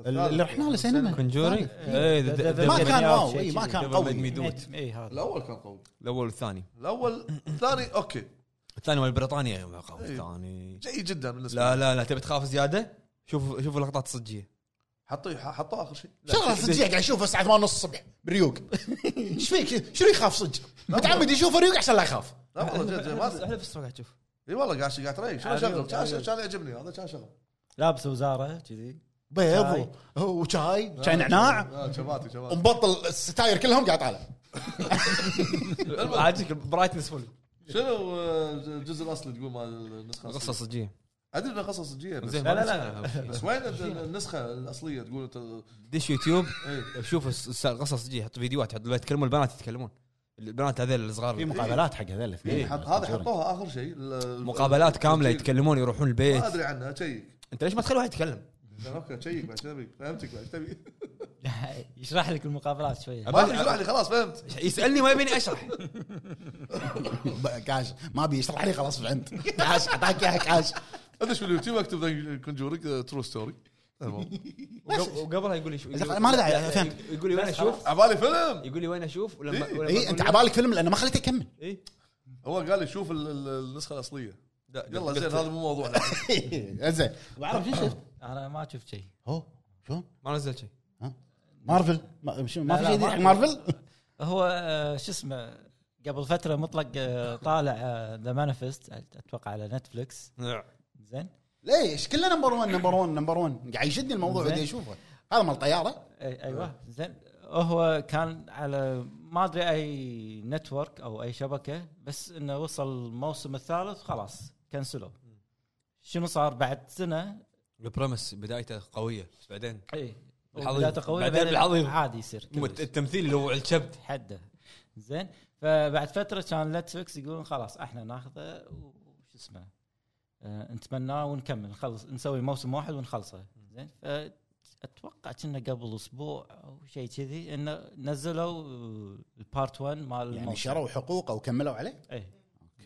S1: إيه،
S3: اللي رحنا له سينما.
S1: كونجورينج
S4: الثاني.
S1: اي
S4: ما
S1: ذا- ذا-
S3: ما
S1: ذا-
S3: كان واو إي،
S4: شيء
S3: ما
S4: كذي.
S3: كان
S1: دبل
S3: قوي
S1: ميد ميد.
S4: اي إيه، هذا
S2: الاول كان قوي
S1: الاول والثاني
S2: الاول الثاني اوكي
S1: الثاني مال بريطانيا يا أخي،
S2: إيه.
S1: الثاني
S2: جيد جدا بالنسبه
S1: لا
S2: لي.
S1: لا لا تبي تخاف زياده شوف شوف اللقطات الصجيه
S2: حطوه حطوه اخر شيء لا.
S3: شغله صدق يعني قاعد اشوفه الساعه 8:30 الصبح بريوق ايش فيك شنو يخاف صدق متعمد يشوف ريوق عشان لا يخاف
S2: لا والله جد جد ما-
S1: احنا في السوق قاعد تشوف
S2: اي والله قاعد قاعد تريش شلون شغل كان كان يعجبني هذا كان شغل
S4: لابس وزاره كذي
S3: بيض و- وشاي شاي نعناع
S2: آه، شباتي شباتي
S3: ومبطل الستاير كلهم قاعد طالع
S1: عاجبك البرايتنس فل
S2: شنو آه، الجزء الاصلي تقول مال النسخه
S1: القصه
S2: الأصلية؟
S1: صجيه
S2: ادري انها قصه صجيه بس
S1: زين
S4: لا، لا،
S2: بس وين ال- النسخه الاصليه تقول انت
S1: دش يوتيوب
S2: ايه
S1: شوف الس- الس- القصه صجيه حط فيديوهات حط يتكلمون البنات يتكلمون البنات هذول
S3: في
S1: الصغار
S3: مقابلات حق هذول الاثنين
S2: حط هذا حطوها اخر شيء ال-
S1: مقابلات كامله
S2: الجيل.
S1: يتكلمون يروحون البيت
S2: ما ادري عنها شيك
S1: انت ليش ما تخلي واحد يتكلم؟
S2: اوكي شيك بعد شنو تبي فهمتك بعد شنو تبي
S4: يشرح لك المقابلات شويه
S2: ما ادري اشرح لي خلاص فهمت
S1: يسالني ما يبيني اشرح
S3: ب- كاش ما ابي يشرح لي خلاص فهمت كاش اعطاك اياها كاش
S2: ادش باليوتيوب اكتب كونجوريك ترو ستوري
S1: وقب- وقبلها يقول لي شو
S3: لا، ما له داعي، فهمت.
S1: يقول لي وين اشوف
S2: عبالي فيلم
S1: يقول لي وين اشوف ولما
S2: إيه.
S1: ولما
S3: اي انت
S1: أقول له-
S3: عبالك فيلم لانه ما خليته يكمل
S1: إيه.
S2: هو قال لي شوف ال- ال- النسخه الاصليه
S1: لا،
S2: يلا
S1: قلت-
S2: زين هذا مو موضوع
S3: زين بعرف شو شفت
S4: انا ما شفت شيء
S3: هو شلون
S1: ما نزل شيء
S3: مارفل ما شو- ما
S4: لا،
S3: في
S4: لا،
S3: شيء جديد
S4: ما-
S3: حق مارفل
S4: هو آه، شو اسمه قبل فتره مطلق آه، طالع ذا مانيفست اتوقع على نتفلكس
S1: نعم.
S4: زين
S3: ليش كله نمبر 1 نمبر 1 نمبر 1 قاعد يشدني الموضوع
S4: زين.
S3: ودي اشوفه هذا مال طياره
S4: أي-
S3: أيوة.
S4: ايوه زين هو كان على ما ادري اي نتورك او اي شبكه بس انه وصل الموسم الثالث خلاص كنسلوه شنو صار بعد سنه
S1: البريمس بدايته قويه بس بعدين
S3: إيه.
S4: اي
S1: العظيم.
S4: بدايته قويه
S1: بعدين
S4: بعدين
S1: العظيم.
S4: عادي يصير كلش.
S1: التمثيل اللي هو الكبد
S4: حده زين فبعد فتره كان نتفلكس يقولون خلاص احنا ناخذه وش اسمه آه، نتمناه ونكمل نخلص نسوي موسم واحد ونخلصه زين اتوقع كنا قبل اسبوع او شيء كذي انه نزلوا البارت 1 مال
S3: يعني
S4: الموسم.
S3: شروا حقوقه وكملوا عليه
S4: اي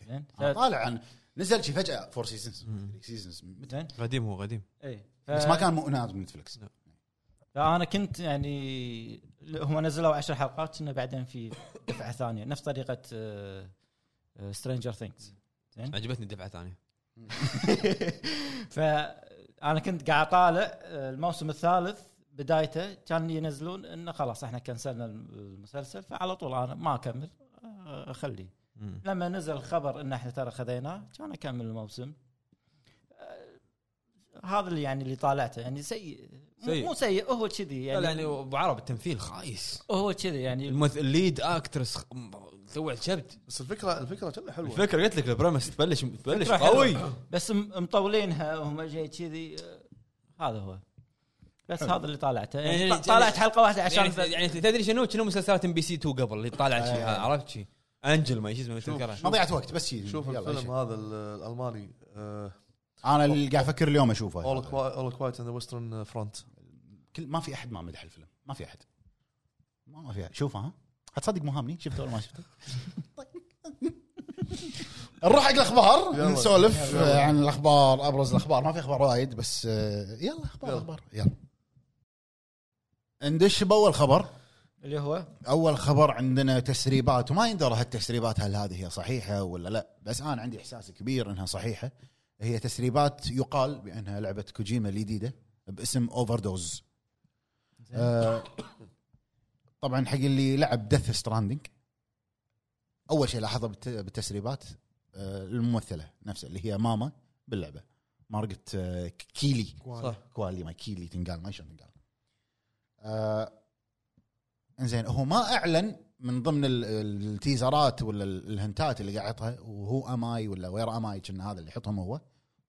S4: زين
S2: آه.
S3: أنا
S4: ف-
S3: طالع عن نزل شي فجاه فور سيزونز سيزونز
S4: زين
S1: قديم هو قديم
S4: اي ف-
S2: آه.
S3: بس ما كان مؤناز من نتفلكس
S4: فانا كنت يعني هم نزلوا عشر حلقات كنا بعدين في دفعه ثانيه نفس آه، طريقه سترينجر ثينكس زين
S1: عجبتني الدفعه ثانيه
S4: فانا كنت قاعد طالع الموسم الثالث بدايته كان ينزلون انه خلاص احنا كنسلنا المسلسل فعلى طول انا ما اكمل اخليه لما نزل خبر ان احنا ترى خذيناه كان اكمل الموسم أه، هذا اللي يعني اللي طالعته يعني سيء,
S1: سيء.
S4: سيء. مو سيء هو كذي
S1: يعني,
S4: يعني,
S1: يعني ابو عرب التمثيل خايس
S4: هو كذي يعني
S1: الممثل الليد اكترس خ- تو الكبد
S2: بس الفكره الفكره كلها حلوه
S1: الفكره قلت لك البريمس تبلش تبلش
S4: فكرة حلوة.
S1: قوي
S4: بس م- مطولينها وهم شيء كذي أه، هذا آه، هو بس
S3: حلو.
S4: هذا اللي طالعته
S1: يعني-
S4: يعني طالعت حلقه واحده عشان
S1: يعني, يعني تدري شنو شنو مسلسلات ام بي سي 2 قبل اللي طالعت شي
S3: آه.
S1: هذا، عرفت شي انجل ما شي اسمه
S2: شوف،
S1: تذكره
S2: شوف.
S3: مضيعه وقت بس شي.
S2: شوف
S3: يلا،
S2: الفيلم
S3: شي.
S2: هذا ال- الالماني آه،
S3: انا اللي قاعد افكر اليوم اشوفه
S2: All Qui- All Quiet on the Western uh, Front
S3: كل ما في احد ما مدح الفيلم ما في احد ما ما في أحد. شوفه ها هتصدق مهامني شفته ولا ما شفته نروح حق الاخبار
S2: يلا.
S3: نسولف
S2: يلا.
S3: آه، عن الاخبار ابرز الاخبار ما في اخبار وايد بس آه، يلا اخبار
S2: يلا.
S3: اخبار يلا ندش باول خبر
S4: اللي هو
S3: اول خبر عندنا تسريبات وما يندرى هالتسريبات هل هذه هي صحيحه ولا لا بس انا عندي احساس كبير انها صحيحه هي تسريبات يقال بانها لعبه كوجيما الجديده باسم اوفر دوز طبعا حق اللي لعب دث ستراندنج اول شيء لاحظه بالت- بالتسريبات آه، الممثله نفسها اللي هي ماما باللعبه مارجت آه، كيلي
S2: صح
S3: كوالي ما كيلي تنقال ما شلون تنقال آه انزين هو ما اعلن من ضمن ال- ال- التيزرات ولا ال- الهنتات اللي قاعد يحطها وهو اماي ولا وير اماي كنا هذا اللي يحطهم هو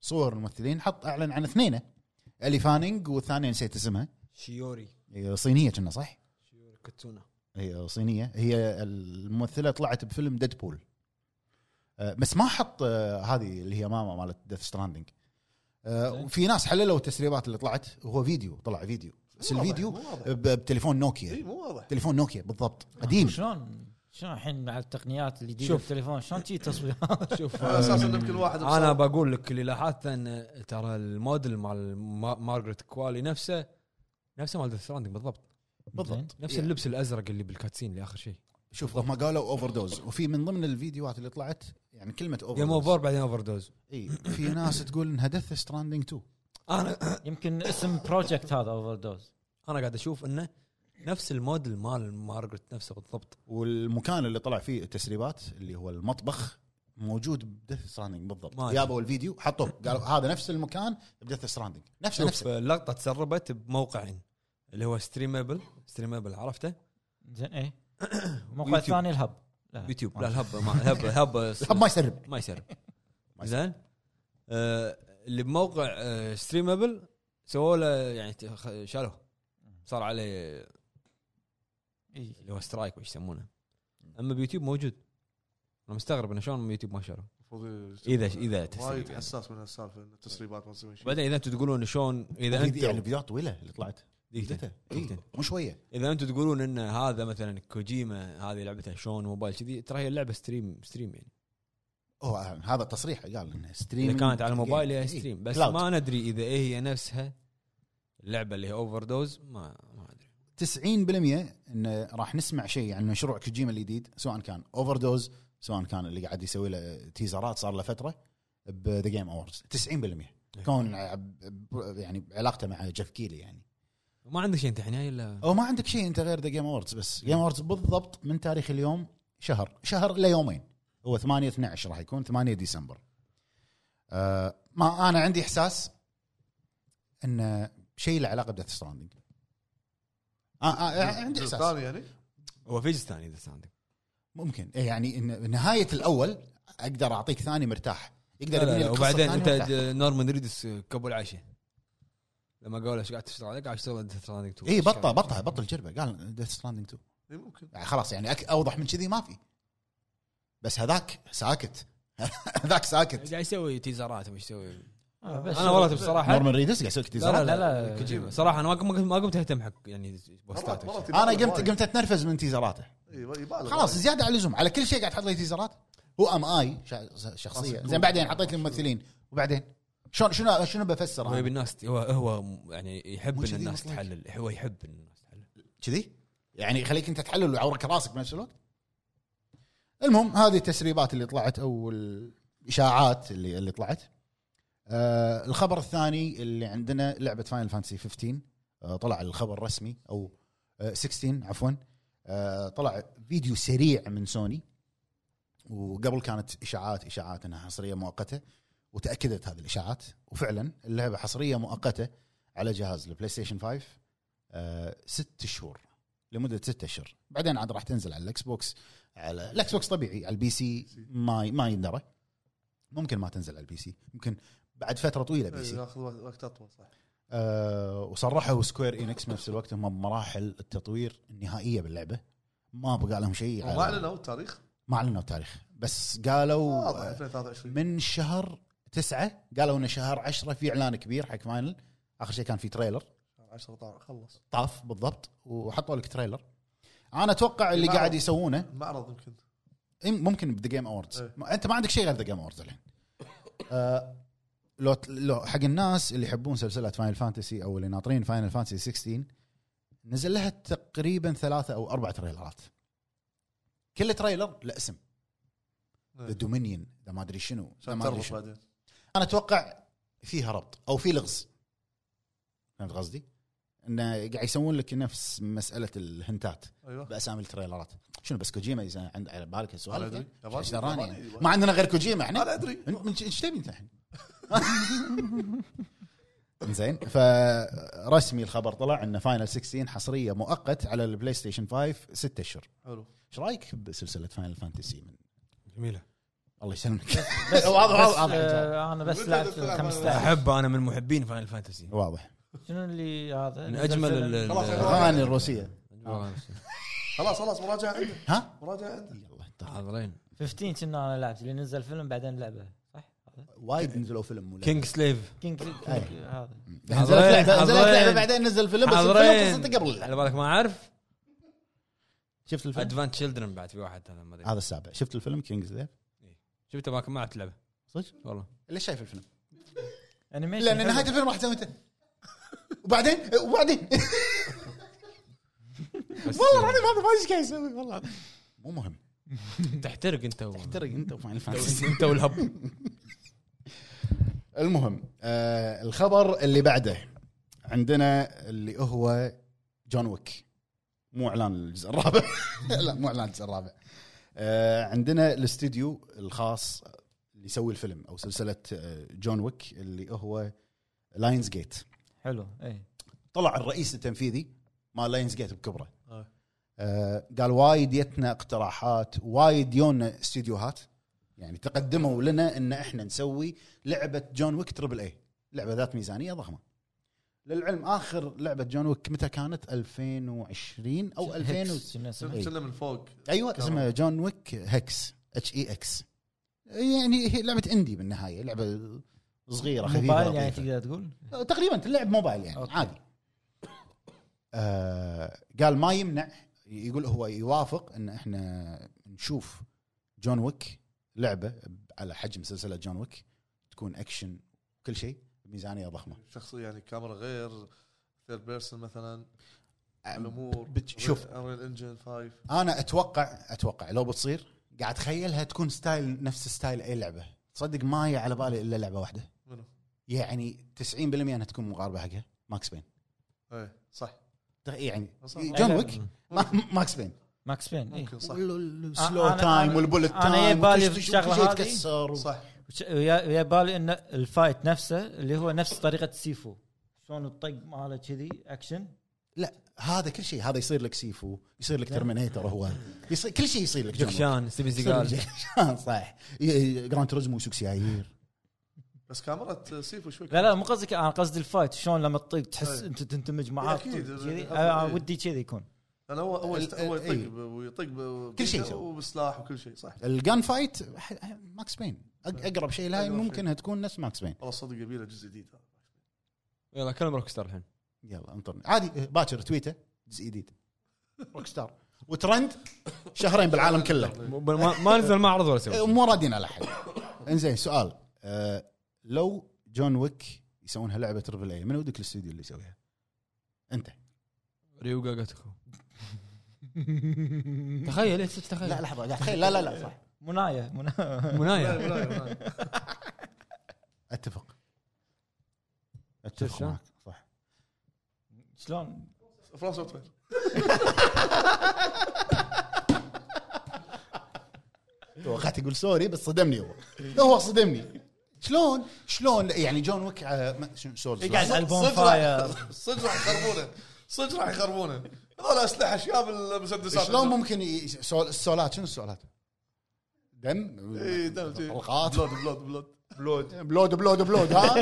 S3: صور الممثلين حط اعلن عن اثنينه الي فانينج والثانيه نسيت اسمها
S1: شيوري
S3: هي صينيه كنا صح؟
S1: شيوري كتسونا
S3: هي صينيه هي الممثله طلعت بفيلم ديدبول آه، بس ما حط آه، هذه اللي هي ماما مالت ديث ستراندنج
S4: زين.
S3: وفي ناس حللوا التسريبات اللي طلعت وهو فيديو طلع فيديو بس
S2: مو واضح،
S3: الفيديو إيه،
S2: مو واضح.
S3: ب- بتليفون
S2: اي
S4: إيه.
S3: نوكيا
S2: مو واضح
S3: تليفون نوكيا بالضبط
S4: آه،
S3: قديم
S4: شلون شلون الحين مع التقنيات الجديده
S1: شوف.
S4: بالتليفون شلون تجي تصوير
S1: شوف
S2: على اساس
S1: آه،
S2: ان يمكن واحد
S1: انا بقول لك اللي لاحظته ان ترى الموديل مال ما- مارغريت كوالي نفسه نفسه مال ستراندنج بالضبط
S4: زين.
S3: بالضبط
S1: نفس اللبس الازرق اللي بالكاتسين اللي اخر شيء
S3: شوف هم قالوا اوفر دوز وفي من ضمن الفيديوهات اللي طلعت يعني كلمه
S1: يوم
S3: اوفر
S1: اوفر
S3: دوز
S1: بعدين اوفر دوز
S3: اي في ناس تقول انها ديث ستراندنج 2
S1: انا
S4: يمكن اسم بروجكت هذا اوفر دوز
S1: انا قاعد اشوف انه نفس الموديل مال مارغريت نفسه بالضبط
S3: والمكان اللي طلع فيه التسريبات اللي هو المطبخ موجود بدث ستراندنج بالضبط
S1: ما
S3: جابوا الفيديو حطوه قالوا هذا نفس المكان بدث ستراندنج نفسه
S1: شوف
S3: نفسه
S1: آه، اللقطه تسربت بموقعين اللي هو ستريمابل ستريمابل عرفته
S3: آه،
S4: زين ايه الموقع
S1: ويوتيوب.
S4: الثاني الهب آه،
S1: يوتيوب لا الهب ما الهب الهب
S3: الهب ما يسرب
S1: ما يسرب
S3: ما يسرب.
S1: زين آه، اللي بموقع آه، ستريمابل سووا له يعني تخ- شالوه صار عليه
S4: إيه.
S1: اللي هو سترايك وش يسمونه اما بيوتيوب موجود انا مستغرب انه شلون يوتيوب ما شالوه إذا- إذا
S2: وايد
S1: تسريب.
S2: حساس من هالسالفه إن التسريبات ما تسوي شيء
S1: وبعدين اذا انتم تقولون شلون اذا انت
S3: يعني فيديوهات طويله اللي طلعت
S1: دقيقتين.
S3: مدتها إي، مو شويه
S1: اذا انتم تقولون ان هذا مثلا كوجيما هذه لعبته شلون موبايل كذي ترى هي اللعبه ستريم ستريم يعني
S3: اوه آه، هذا تصريح قال انه ستريم
S1: اذا كانت على الموبايل هي ستريم بس
S3: إيه، Cloud.
S1: ما ندري اذا ايه هي نفسها اللعبه اللي هي اوفر دوز ما ما ادري
S3: 90% انه راح نسمع شيء عن مشروع كوجيما الجديد سواء كان اوفر دوز سواء كان اللي قاعد يسوي له تيزرات صار له فتره بذا جيم اووردز
S1: إيه.
S3: 90% كون عب- يعني علاقته مع جيف كيلي يعني
S1: ما عندك شيء انت الحين هاي الا
S3: او ما عندك شيء انت غير ذا جيم اووردز بس جيم اووردز بالضبط من تاريخ اليوم شهر شهر الى يومين هو 8 12 راح يكون 8 ديسمبر آه ما انا عندي احساس ان شيء له علاقه بديث ستراندنج آه آه عندي
S2: الجزء
S3: احساس
S2: الثاني يعني
S1: هو فيجز ثاني اذا عندك
S3: ممكن إيه يعني ان نهايه الاول اقدر اعطيك ثاني مرتاح يقدر
S1: لا لا
S3: يبني
S1: لا
S3: لك قصة
S1: وبعدين
S3: ثانية
S1: انت
S3: مرتاح.
S1: د- نورمان ريدس كبو العشاء لما قالوا ايش قاعد تشتغل عليك قاعد اشتغل ديث ستراندنج 2
S3: اي بطه بطه إيه، بطل جربه قال ديث ستراندنج 2
S2: إي إيه، ممكن
S3: يعني خلاص يعني أك- اوضح من كذي ما في بس هذاك ساكت هذاك ساكت
S1: قاعد يسوي تيزرات وش يسوي
S4: آه، بس
S1: انا والله بصراحه
S3: نورمان ريدس قاعد يسوي لك
S1: لا لا
S3: تيزرات
S1: لا,
S4: لا،
S1: لا
S4: لا.
S1: كوجيما صراحه انا ما قمت ما قمت اهتم حق يعني بوستات
S2: مرات مرات
S1: وشي.
S3: انا
S2: يبالغ وايد. إيه،
S3: قمت قمت اتنرفز من تيزراته
S2: إي، يبالغ
S3: خلاص
S2: وايد.
S3: زياده على اللزوم على كل شيء قاعد تحط لي تيزرات هو ام اي شخصيه زين بعدين حطيت لي ممثلين وبعدين شلون شنو شنو بفسر
S1: هو يبي
S3: أنا؟
S1: الناس هو هو يعني يحب
S3: مو
S1: ان
S3: كذي
S1: الناس
S3: مطلق.
S1: تحلل هو يحب ان الناس تحلل
S3: كذي يعني يخليك انت تحلل ويعورك راسك بنفس الوقت المهم هذه التسريبات اللي طلعت او الاشاعات اللي اللي طلعت آه الخبر الثاني اللي عندنا لعبه فاينل فانتسي 15 آه طلع الخبر الرسمي او آه 16 عفوا آه طلع فيديو سريع من سوني وقبل كانت اشاعات اشاعات انها حصريه مؤقته وتاكدت هذه الاشاعات وفعلا اللعبه حصريه مؤقته على جهاز البلاي ستيشن 5 آه، ست شهور لمده ست اشهر بعدين عاد راح تنزل على الاكس بوكس على الاكس بوكس طبيعي على البي سي ما ما يندرى ممكن ما تنزل على البي سي ممكن بعد فتره طويله بي
S2: إي،
S3: سي
S2: ياخذ إيه، وقت- وقت اطول صح
S3: آه وصرحوا سكوير انكس بنفس الوقت هم بمراحل التطوير النهائيه باللعبه ما بقى لهم شيء
S2: ما
S3: على-
S2: اعلنوا التاريخ
S3: ما اعلنوا التاريخ بس قالوا
S2: واضح 2023
S3: من شهر تسعة قالوا انه شهر عشرة في اعلان كبير حق فاينل اخر شيء كان في تريلر
S2: 10 طار خلص
S3: طاف بالضبط وحطوا لك تريلر انا اتوقع اللي
S2: معرض.
S3: قاعد يسوونه
S2: المعرض يمكن
S3: إيه، ممكن بذا جيم اووردز
S2: إيه.
S3: انت ما عندك شيء غير ذا جيم اووردز الحين آه، لو لو حق الناس اللي يحبون سلسله فاينل فانتسي او اللي ناطرين فاينل فانتسي 16 نزل لها تقريبا ثلاثه او اربع تريلرات كل تريلر له اسم ذا
S2: إيه.
S3: دومينيون ذا ما ادري شنو ذا
S2: عشان
S3: ما ادري
S2: تعرف
S3: شنو
S2: بعدين
S3: انا اتوقع فيها ربط او في لغز فهمت قصدي؟ انه قاعد يسوون لك نفس مساله الهنتات
S2: ايوه
S3: باسامي التريلرات شنو بس كوجيما يز- عند على بالك السؤال
S2: أنا أدري.
S3: يعني؟
S2: ياباني-
S3: إيش دراني
S2: ياباني-
S3: يعني؟
S2: ياباني.
S3: ما عندنا غير كوجيما احنا
S2: انا ادري
S3: انت- انت- ايش تبي انت الحين؟ زين فرسمي الخبر طلع ان فاينل 16 حصريه مؤقت على البلاي ستيشن 5 ستة اشهر
S2: حلو
S3: ايش رايك بسلسله فاينل فانتسي من
S1: جميله
S3: الله يسلمك واضح واضح
S4: بس
S3: واضح
S4: آه انا بس
S2: متى
S4: لعبت
S2: تلعب
S4: 15
S1: احب انا من محبين فاينل فانتسي
S3: واضح
S4: شنو اللي هذا؟
S1: من اجمل ال- ال-
S2: خلاص، خلاص.
S3: الاغاني الروسيه
S1: أجمل-
S2: خلاص خلاص مراجعه عنده
S3: ها إيه.
S2: مراجعه عنده
S3: يلا
S1: حاضرين
S4: 15 كنا انا لعبت اللي نزل فيلم بعدين لعبه صح؟ هذا؟
S3: وايد نزلوا فيلم ولا-
S1: كينج سليف
S4: كينج كينج- هذا
S3: نزلت لعبه نزلت لعبه
S1: حاضرين.
S3: بعدين نزل فيلم بس الفيلم
S1: حاضرين
S3: قصته قبل اللعبة.
S1: على بالك ما اعرف
S3: شفت الفيلم
S1: ادفانت تشيلدرن بعد في واحد انا ما ادري
S3: هذا السابع شفت الفيلم كينجز ليف
S1: شفته باكر ما عرفت لعبه
S3: صدق
S1: والله
S3: ليش شايف الفيلم
S4: انيميشن
S3: لان
S4: حلو.
S3: نهايه الفيلم راح تسوي انت وبعدين وبعدين
S1: بس
S3: والله العظيم هذا ما ادري ايش قاعد يسوي والله مو مهم
S1: تحترق انت و-
S3: ترى انت وفاينل فانتسي
S1: انت والهب
S3: المهم آه الخبر اللي بعده عندنا اللي هو جون ويك مو اعلان الجزء الرابع لا مو اعلان الجزء الرابع آه عندنا الاستديو الخاص اللي يسوي الفيلم او سلسله آه، جون ويك اللي هو لاينز جيت
S4: حلو إيه. اي
S3: طلع الرئيس التنفيذي مال لاينز جيت بكبره
S2: آه.
S3: آه، قال وايد يتنا اقتراحات وايد يونا استديوهات يعني تقدموا لنا ان احنا نسوي لعبه جون ويك تربل اي لعبه ذات ميزانيه ضخمه للعلم اخر لعبه جون ويك متى كانت 2020 او 2000 و...
S4: كنا اسمه. إيه.
S2: شلنا من فوق
S3: ايوه اسمها جون ويك هكس اتش اي اكس يعني هي لعبه اندي بالنهايه لعبه صغيره خفيفه
S4: موبايل يعني
S3: لطيفة.
S4: تقدر تقول
S3: تقريبا تلعب موبايل يعني أوكي.
S4: أوكي.
S3: عادي آه قال ما يمنع يقول هو يوافق ان احنا نشوف جون ويك لعبه على حجم سلسله جون ويك تكون اكشن كل شيء بميزانيه ضخمه
S2: شخصيه يعني كاميرا غير ثيرد بيرسون مثلا
S3: آه،
S2: الامور
S3: بت- شوف.
S2: انريل انجن 5
S3: انا اتوقع اتوقع لو بتصير قاعد اتخيلها تكون ستايل نفس ستايل اي لعبه تصدق ما هي على بالي الا لعبه واحده
S2: منو؟
S3: يعني 90% انها تكون مقاربه حقها ماكس بين
S2: ايه صح
S3: يعني
S2: صح.
S3: جون ويك ما- ماكس بين
S4: ماكس بين اي
S2: ممكن
S3: إيه.
S2: صح
S3: السلو
S4: أنا-
S3: تايم
S4: أنا-
S3: والبولت
S4: أنا
S3: تايم
S4: يبالي
S3: وتشتش-
S4: بالشغلة
S3: وكل شيء
S4: هذه.
S3: يتكسر و-
S2: صح
S4: وش- ويا ويا بالي ان الفايت نفسه اللي هو نفس طريقه سيفو شلون الطق ماله كذي اكشن
S3: لا هذا كل شيء هذا يصير لك سيفو يصير لك ترمينيتر هو يصير كل شيء يصير لك جون ويك.
S1: جكشان ستيفن
S3: يصير لك
S1: سيجال
S3: جكشان، صح جراند توريزمو وسوكسياير
S2: بس كاميرا سيفو شوي
S4: لا لا مو قصدك انا قصدي الفايت شلون لما تطق تحس
S2: أي.
S4: انت تندمج معاه
S2: إيه. أكيد.
S4: تطق كذي.
S2: أفضل. إيه.
S4: أنا ودي كذي يكون
S2: انا هو هو
S3: ال-
S2: هو يطق
S3: إيه.
S2: ب- ويطق ب-
S3: كل شيء
S2: بإيده
S3: يسوي.
S2: وبسلاح وكل شيء صح
S3: الجان فايت ح- ماكس بين أق- اقرب شيء لها
S2: أقرب شيء.
S3: ممكن تكون نفس ماكس بين
S2: والله صدق يبي له جزء جديد
S1: يلا كلم روك ستار الحين
S3: يلا انطرني عادي باكر تويته جزء جديد روك ستار وترند شهرين بالعالم كله
S1: ما ما نزل ما عرض ولا سوى
S3: إيه، مو رادين على حد انزين سؤال أه لو جون ويك يسوونها لعبه تربل اي من ودك الاستوديو اللي يسويها؟ انت
S1: ريوغا جاتوكو تخيل ليش تخيل
S3: لا لحظه قاعد تخيل لا لا لا صح
S4: منايا منايا
S1: منايا
S3: اتفق اتفق
S1: شفته؟
S3: معك صح
S4: شلون
S2: فرانس وير
S3: توقعت يقول سوري بس صدمني هو هو صدمني شلون شلون يعني جون ويك آه، ما- شو- سوري
S4: قاعد
S3: سوري.
S4: على البون
S2: صدق
S4: فاير
S2: راح- صدق راح يخربونه صدق راح يخربونه هذول اسلحه شياب المسدسات
S3: شلون ممكن ي- سول- السولات شنو السولات؟ دم
S2: اي إيه، دم
S3: طلقات
S2: بلود بلود بلود بلود
S3: بلود بلود بلود ها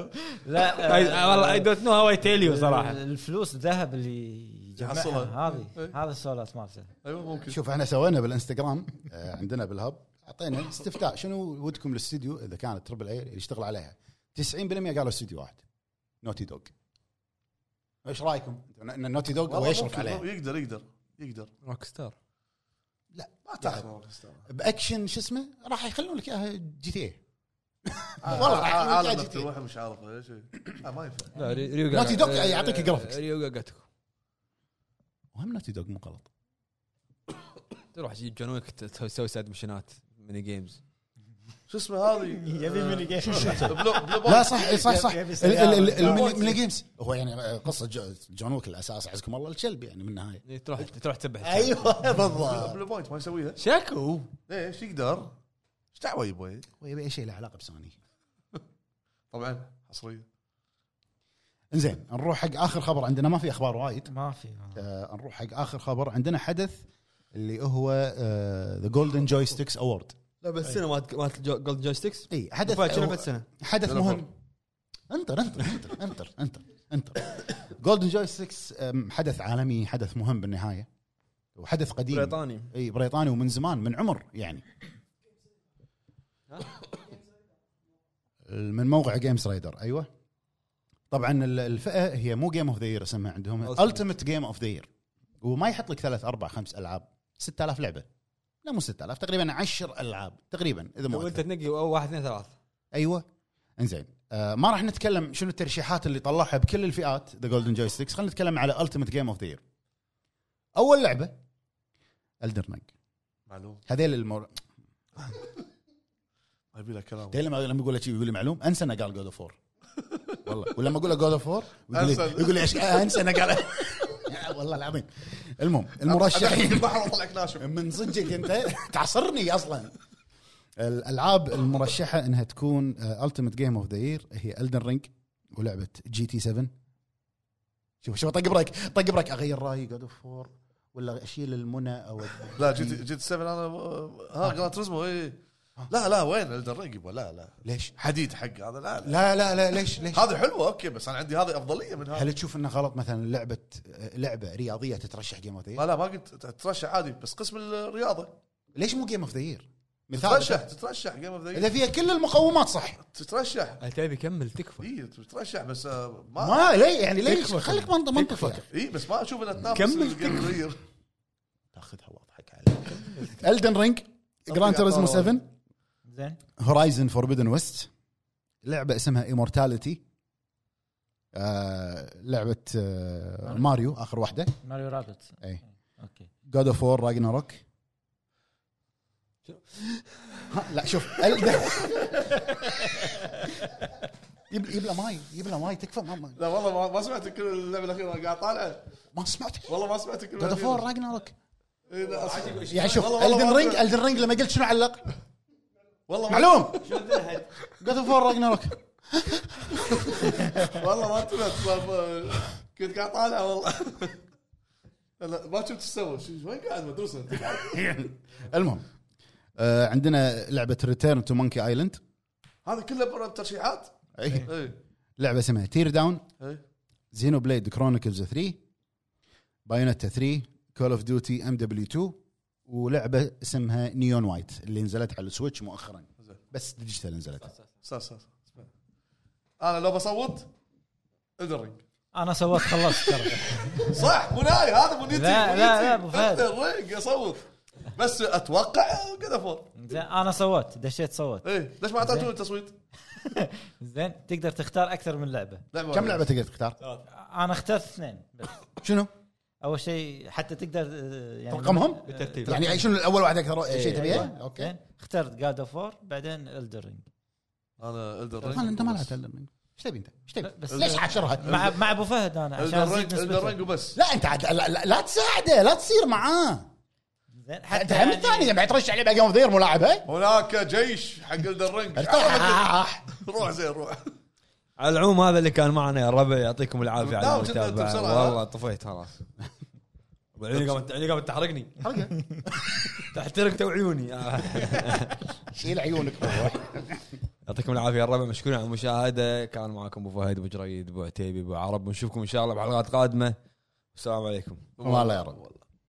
S4: لا آه،
S1: والله اي دونت نو هاو اي تيل يو صراحه
S4: الفلوس الذهب اللي يجمعها
S2: يحصلها.
S4: هذه
S2: إيه.
S4: هذا السولات مالته
S2: ايوه ممكن
S3: شوف احنا سوينا بالانستغرام آه، عندنا بالهب اعطينا استفتاء شنو ودكم للاستديو اذا كانت تربل اي اللي يشتغل عليها 90% قالوا استديو واحد نوتي دوغ ايش رايكم؟ ان نوتي دوغ هو
S2: والله
S3: يشرف
S2: ممكن.
S3: عليها
S2: يقدر يقدر يقدر
S3: طيب.
S1: روك ستار
S2: ما تاخذ
S3: باكشن شو اسمه راح يخلون لك اياها جي تي إيه. اي والله
S2: والله
S3: راح يكون
S2: عالم
S3: جاي جديد.
S2: مفتوح مش عارف ايش آه، ما ينفع
S1: لا ري- ريو
S3: نوتي
S1: جاكا-
S3: دوغ يعطيك
S1: آه،
S3: جرافيكس.
S1: ريو جاكاتكو
S3: وهم نوتي دوغ مو غلط
S1: تروح تجيب جون ويك تسوي سوسايد مشنات ميني جيمز
S2: شو اسمه هذه آه.
S4: يبي ميني جيم.
S3: لا
S2: لا
S3: صح إي صح صح
S4: يبي- يبي
S3: ال-
S4: سيارة.
S3: ال- ال- الميني الميني جيمز هو يعني آه، قصه جو- جون ويك الاساس عزكم الله الكلب يعني من النهايه
S1: إيه، تروح تروح تسبح
S3: ايوه بالضبط
S2: بلو بوينت ما يسويها
S1: شكو
S2: ليش يقدر ايش دعوه يبوي
S3: ويبي اي شيء له علاقه بسوني
S2: طبعا حصريه
S3: انزين نروح حق اخر خبر عندنا ما في اخبار وايد
S4: ما في
S3: آه نروح حق اخر خبر عندنا حدث اللي هو آه، ذا جولدن جويستكس اوورد
S1: لا بس السنه مالت مالت جو- جولد جوي ستكس
S3: اي حدث
S1: فهد، شنو بعد سنة؟
S3: حدث
S2: شنو
S3: مهم انطر انطر انطر انطر انطر انطر جولدن جويستكس أم، حدث عالمي حدث مهم بالنهايه وحدث قديم
S1: بريطاني
S3: اي بريطاني ومن زمان من عمر يعني من موقع جيمز رايدر ايوه طبعا ال- الفئه هي مو جيم اوف ذا يير اسمها عندهم
S1: Ultimate.
S3: التيمت جيم اوف ذا يير وما يحط لك ثلاث اربع خمس العاب 6000 لعبه لا مو 6000 تقريبا 10 العاب تقريبا اذا مو
S1: وانت
S3: أكثر.
S1: تنقي واحد اثنين ثلاث
S3: ايوه انزين آه ما راح نتكلم شنو الترشيحات اللي طلعها بكل الفئات ذا جولدن جويستكس خلينا نتكلم على التيمت جيم اوف ذا يير اول لعبه الدر نج
S2: معلوم
S3: هذيل المر...
S2: ما يبي له كلام
S3: تدري لما لما اقول لك شي يقول لي معلوم انسى انه قال جود اوف 4 والله ولما اقول له جود اوف 4 يقول لي
S2: أنسى.
S3: يقول لي إيش- آه، انسى انه قال والله العظيم المهم المرشحين
S2: البحر وطلع ناشف
S3: من صدقك انت تعصرني اصلا الالعاب المرشحه انها تكون آه، التيمت جيم اوف ذا يير هي الدن رينج ولعبه جي تي 7 شوف شوف طق بريك طق بريك اغير رايي جود اوف 4 ولا اشيل المنى او
S2: لا جيت جيت 7 انا آه، ها جراند تريزمو اي لا لا وين الدرينج يبا لا لا
S3: ليش؟
S2: حديد حق هذا لا لا
S3: لا لا لا ليش ليش؟
S2: هذه حلوه اوكي بس انا عندي هذه افضليه من هذا
S3: هل تشوف انه غلط مثلا لعبه لعبه رياضيه تترشح جيم اوف ذا
S2: ما لا ما قلت ترشح عادي بس قسم الرياضه
S3: ليش مو جيم اوف ذا يير؟
S2: تترشح تترشح جيم اوف
S3: اذا
S2: ذا
S3: فيها كل المقومات صح
S2: تترشح
S1: تبي كمل تكفى
S2: اي تترشح بس آه، ما
S3: ما ليه يعني ليش
S1: تكفى.
S3: خليك منطق منطق
S2: اي بس ما اشوف انها تنافس
S1: كمل.
S2: الجيم أوف ذا يير.
S3: تاخذها واضحك عليك الدن رينج جران تريزمو 7
S4: زين
S3: هورايزن فوربدن ويست لعبه اسمها ايمورتاليتي آه لعبه آه ماريو اخر واحده
S4: ماريو رابط
S3: اي
S4: اوكي
S3: جود اوف وور راجناروك لا شوف ال- يب يب له ماي يب له ماي تكفى ما- ما
S2: لا والله ما- ما سمعت كل اللعبه الاخيره أنا قاعد طالع
S3: ما سمعت
S2: والله ما سمعت كل
S3: جود اوف وور
S2: الأخيرة.
S3: راجناروك
S2: إي، لا، أسمع.
S3: يعني شوف
S2: والله- والله
S3: الدن
S2: ما
S3: رينج
S2: سمعت.
S3: الدن رينج لما قلت شنو علق
S2: والله ما-
S3: معلوم جود اوف وور راجناروك
S2: والله ما انتبهت ما- كنت قاعد طالع والله لا ما شفت ايش سوى شو- وين قاعد مدروس انت
S3: المهم آه عندنا لعبه ريتيرن تو مونكي ايلاند
S2: هذا كله برا إيه، ترشيحات
S3: أي.
S2: اي
S3: لعبه إيه، اسمها تير داون
S2: اي
S3: زينو بليد كرونيكلز 3 بايونتا 3 كول اوف ديوتي ام دبليو 2 ولعبه اسمها نيون وايت اللي نزلت على السويتش مؤخرا
S2: زين.
S3: بس ديجيتال نزلت
S2: استاذ استاذ اسمع. انا لو بصوت الرينج
S4: انا سويت خلصت ترى
S2: صح مناي هذا منيتي
S4: لا، لا، لا، أبو فهد.
S2: الرينج اصوت بس اتوقع كذا فور
S4: زين انا سويت دشيت سويت
S2: اي ليش ما اعطيتوني التصويت؟
S4: زين تقدر تختار اكثر من لعبه
S3: كم لعبه تقدر تختار؟
S4: انا اخترت اثنين بس
S3: شنو؟
S4: اول شيء حتى تقدر آه، يعني
S3: ترقمهم؟
S1: بالترتيب
S3: يعني أي شنو الاول واحد اكثر شيء
S1: إيه.
S3: تبيه؟
S4: أيوة.
S3: اوكي
S4: زين اخترت جاد اوف وور بعدين الدرينج
S2: انا
S3: ما انت ما لعبت Elden Ring. ايش تبي انت؟ ايش تبي؟
S4: بس-
S3: ليش حاشرها؟
S4: مع مع ابو فهد انا عشان ازيد
S2: الرينج
S4: نسبته
S2: وبس
S3: لا انت عاد لا, لا, لا تساعده لا تصير معاه
S4: زين يعني
S3: انت هم الثاني لما ترشح لعبه جيم اوف ذير ملاعبه
S2: هناك جيش حق الرينج
S3: ارتاح
S2: روح زين روح
S1: على العموم هذا اللي كان معنا يا الربع يعطيكم العافيه على
S2: لا، وجدنا
S1: المتابعه
S2: أنتم بسرعة.
S1: والله طفيت خلاص عيوني قامت عيوني قامت تحرقني آه. تحترق تو عيوني
S3: شيل عيونك
S1: يعطيكم العافيه يا الربع مشكورين على المشاهده كان معاكم ابو فهد ابو جريد ابو عتيبي ابو عرب ونشوفكم ان شاء الله بحلقات قادمه والسلام عليكم
S3: والله يا رب.
S2: والله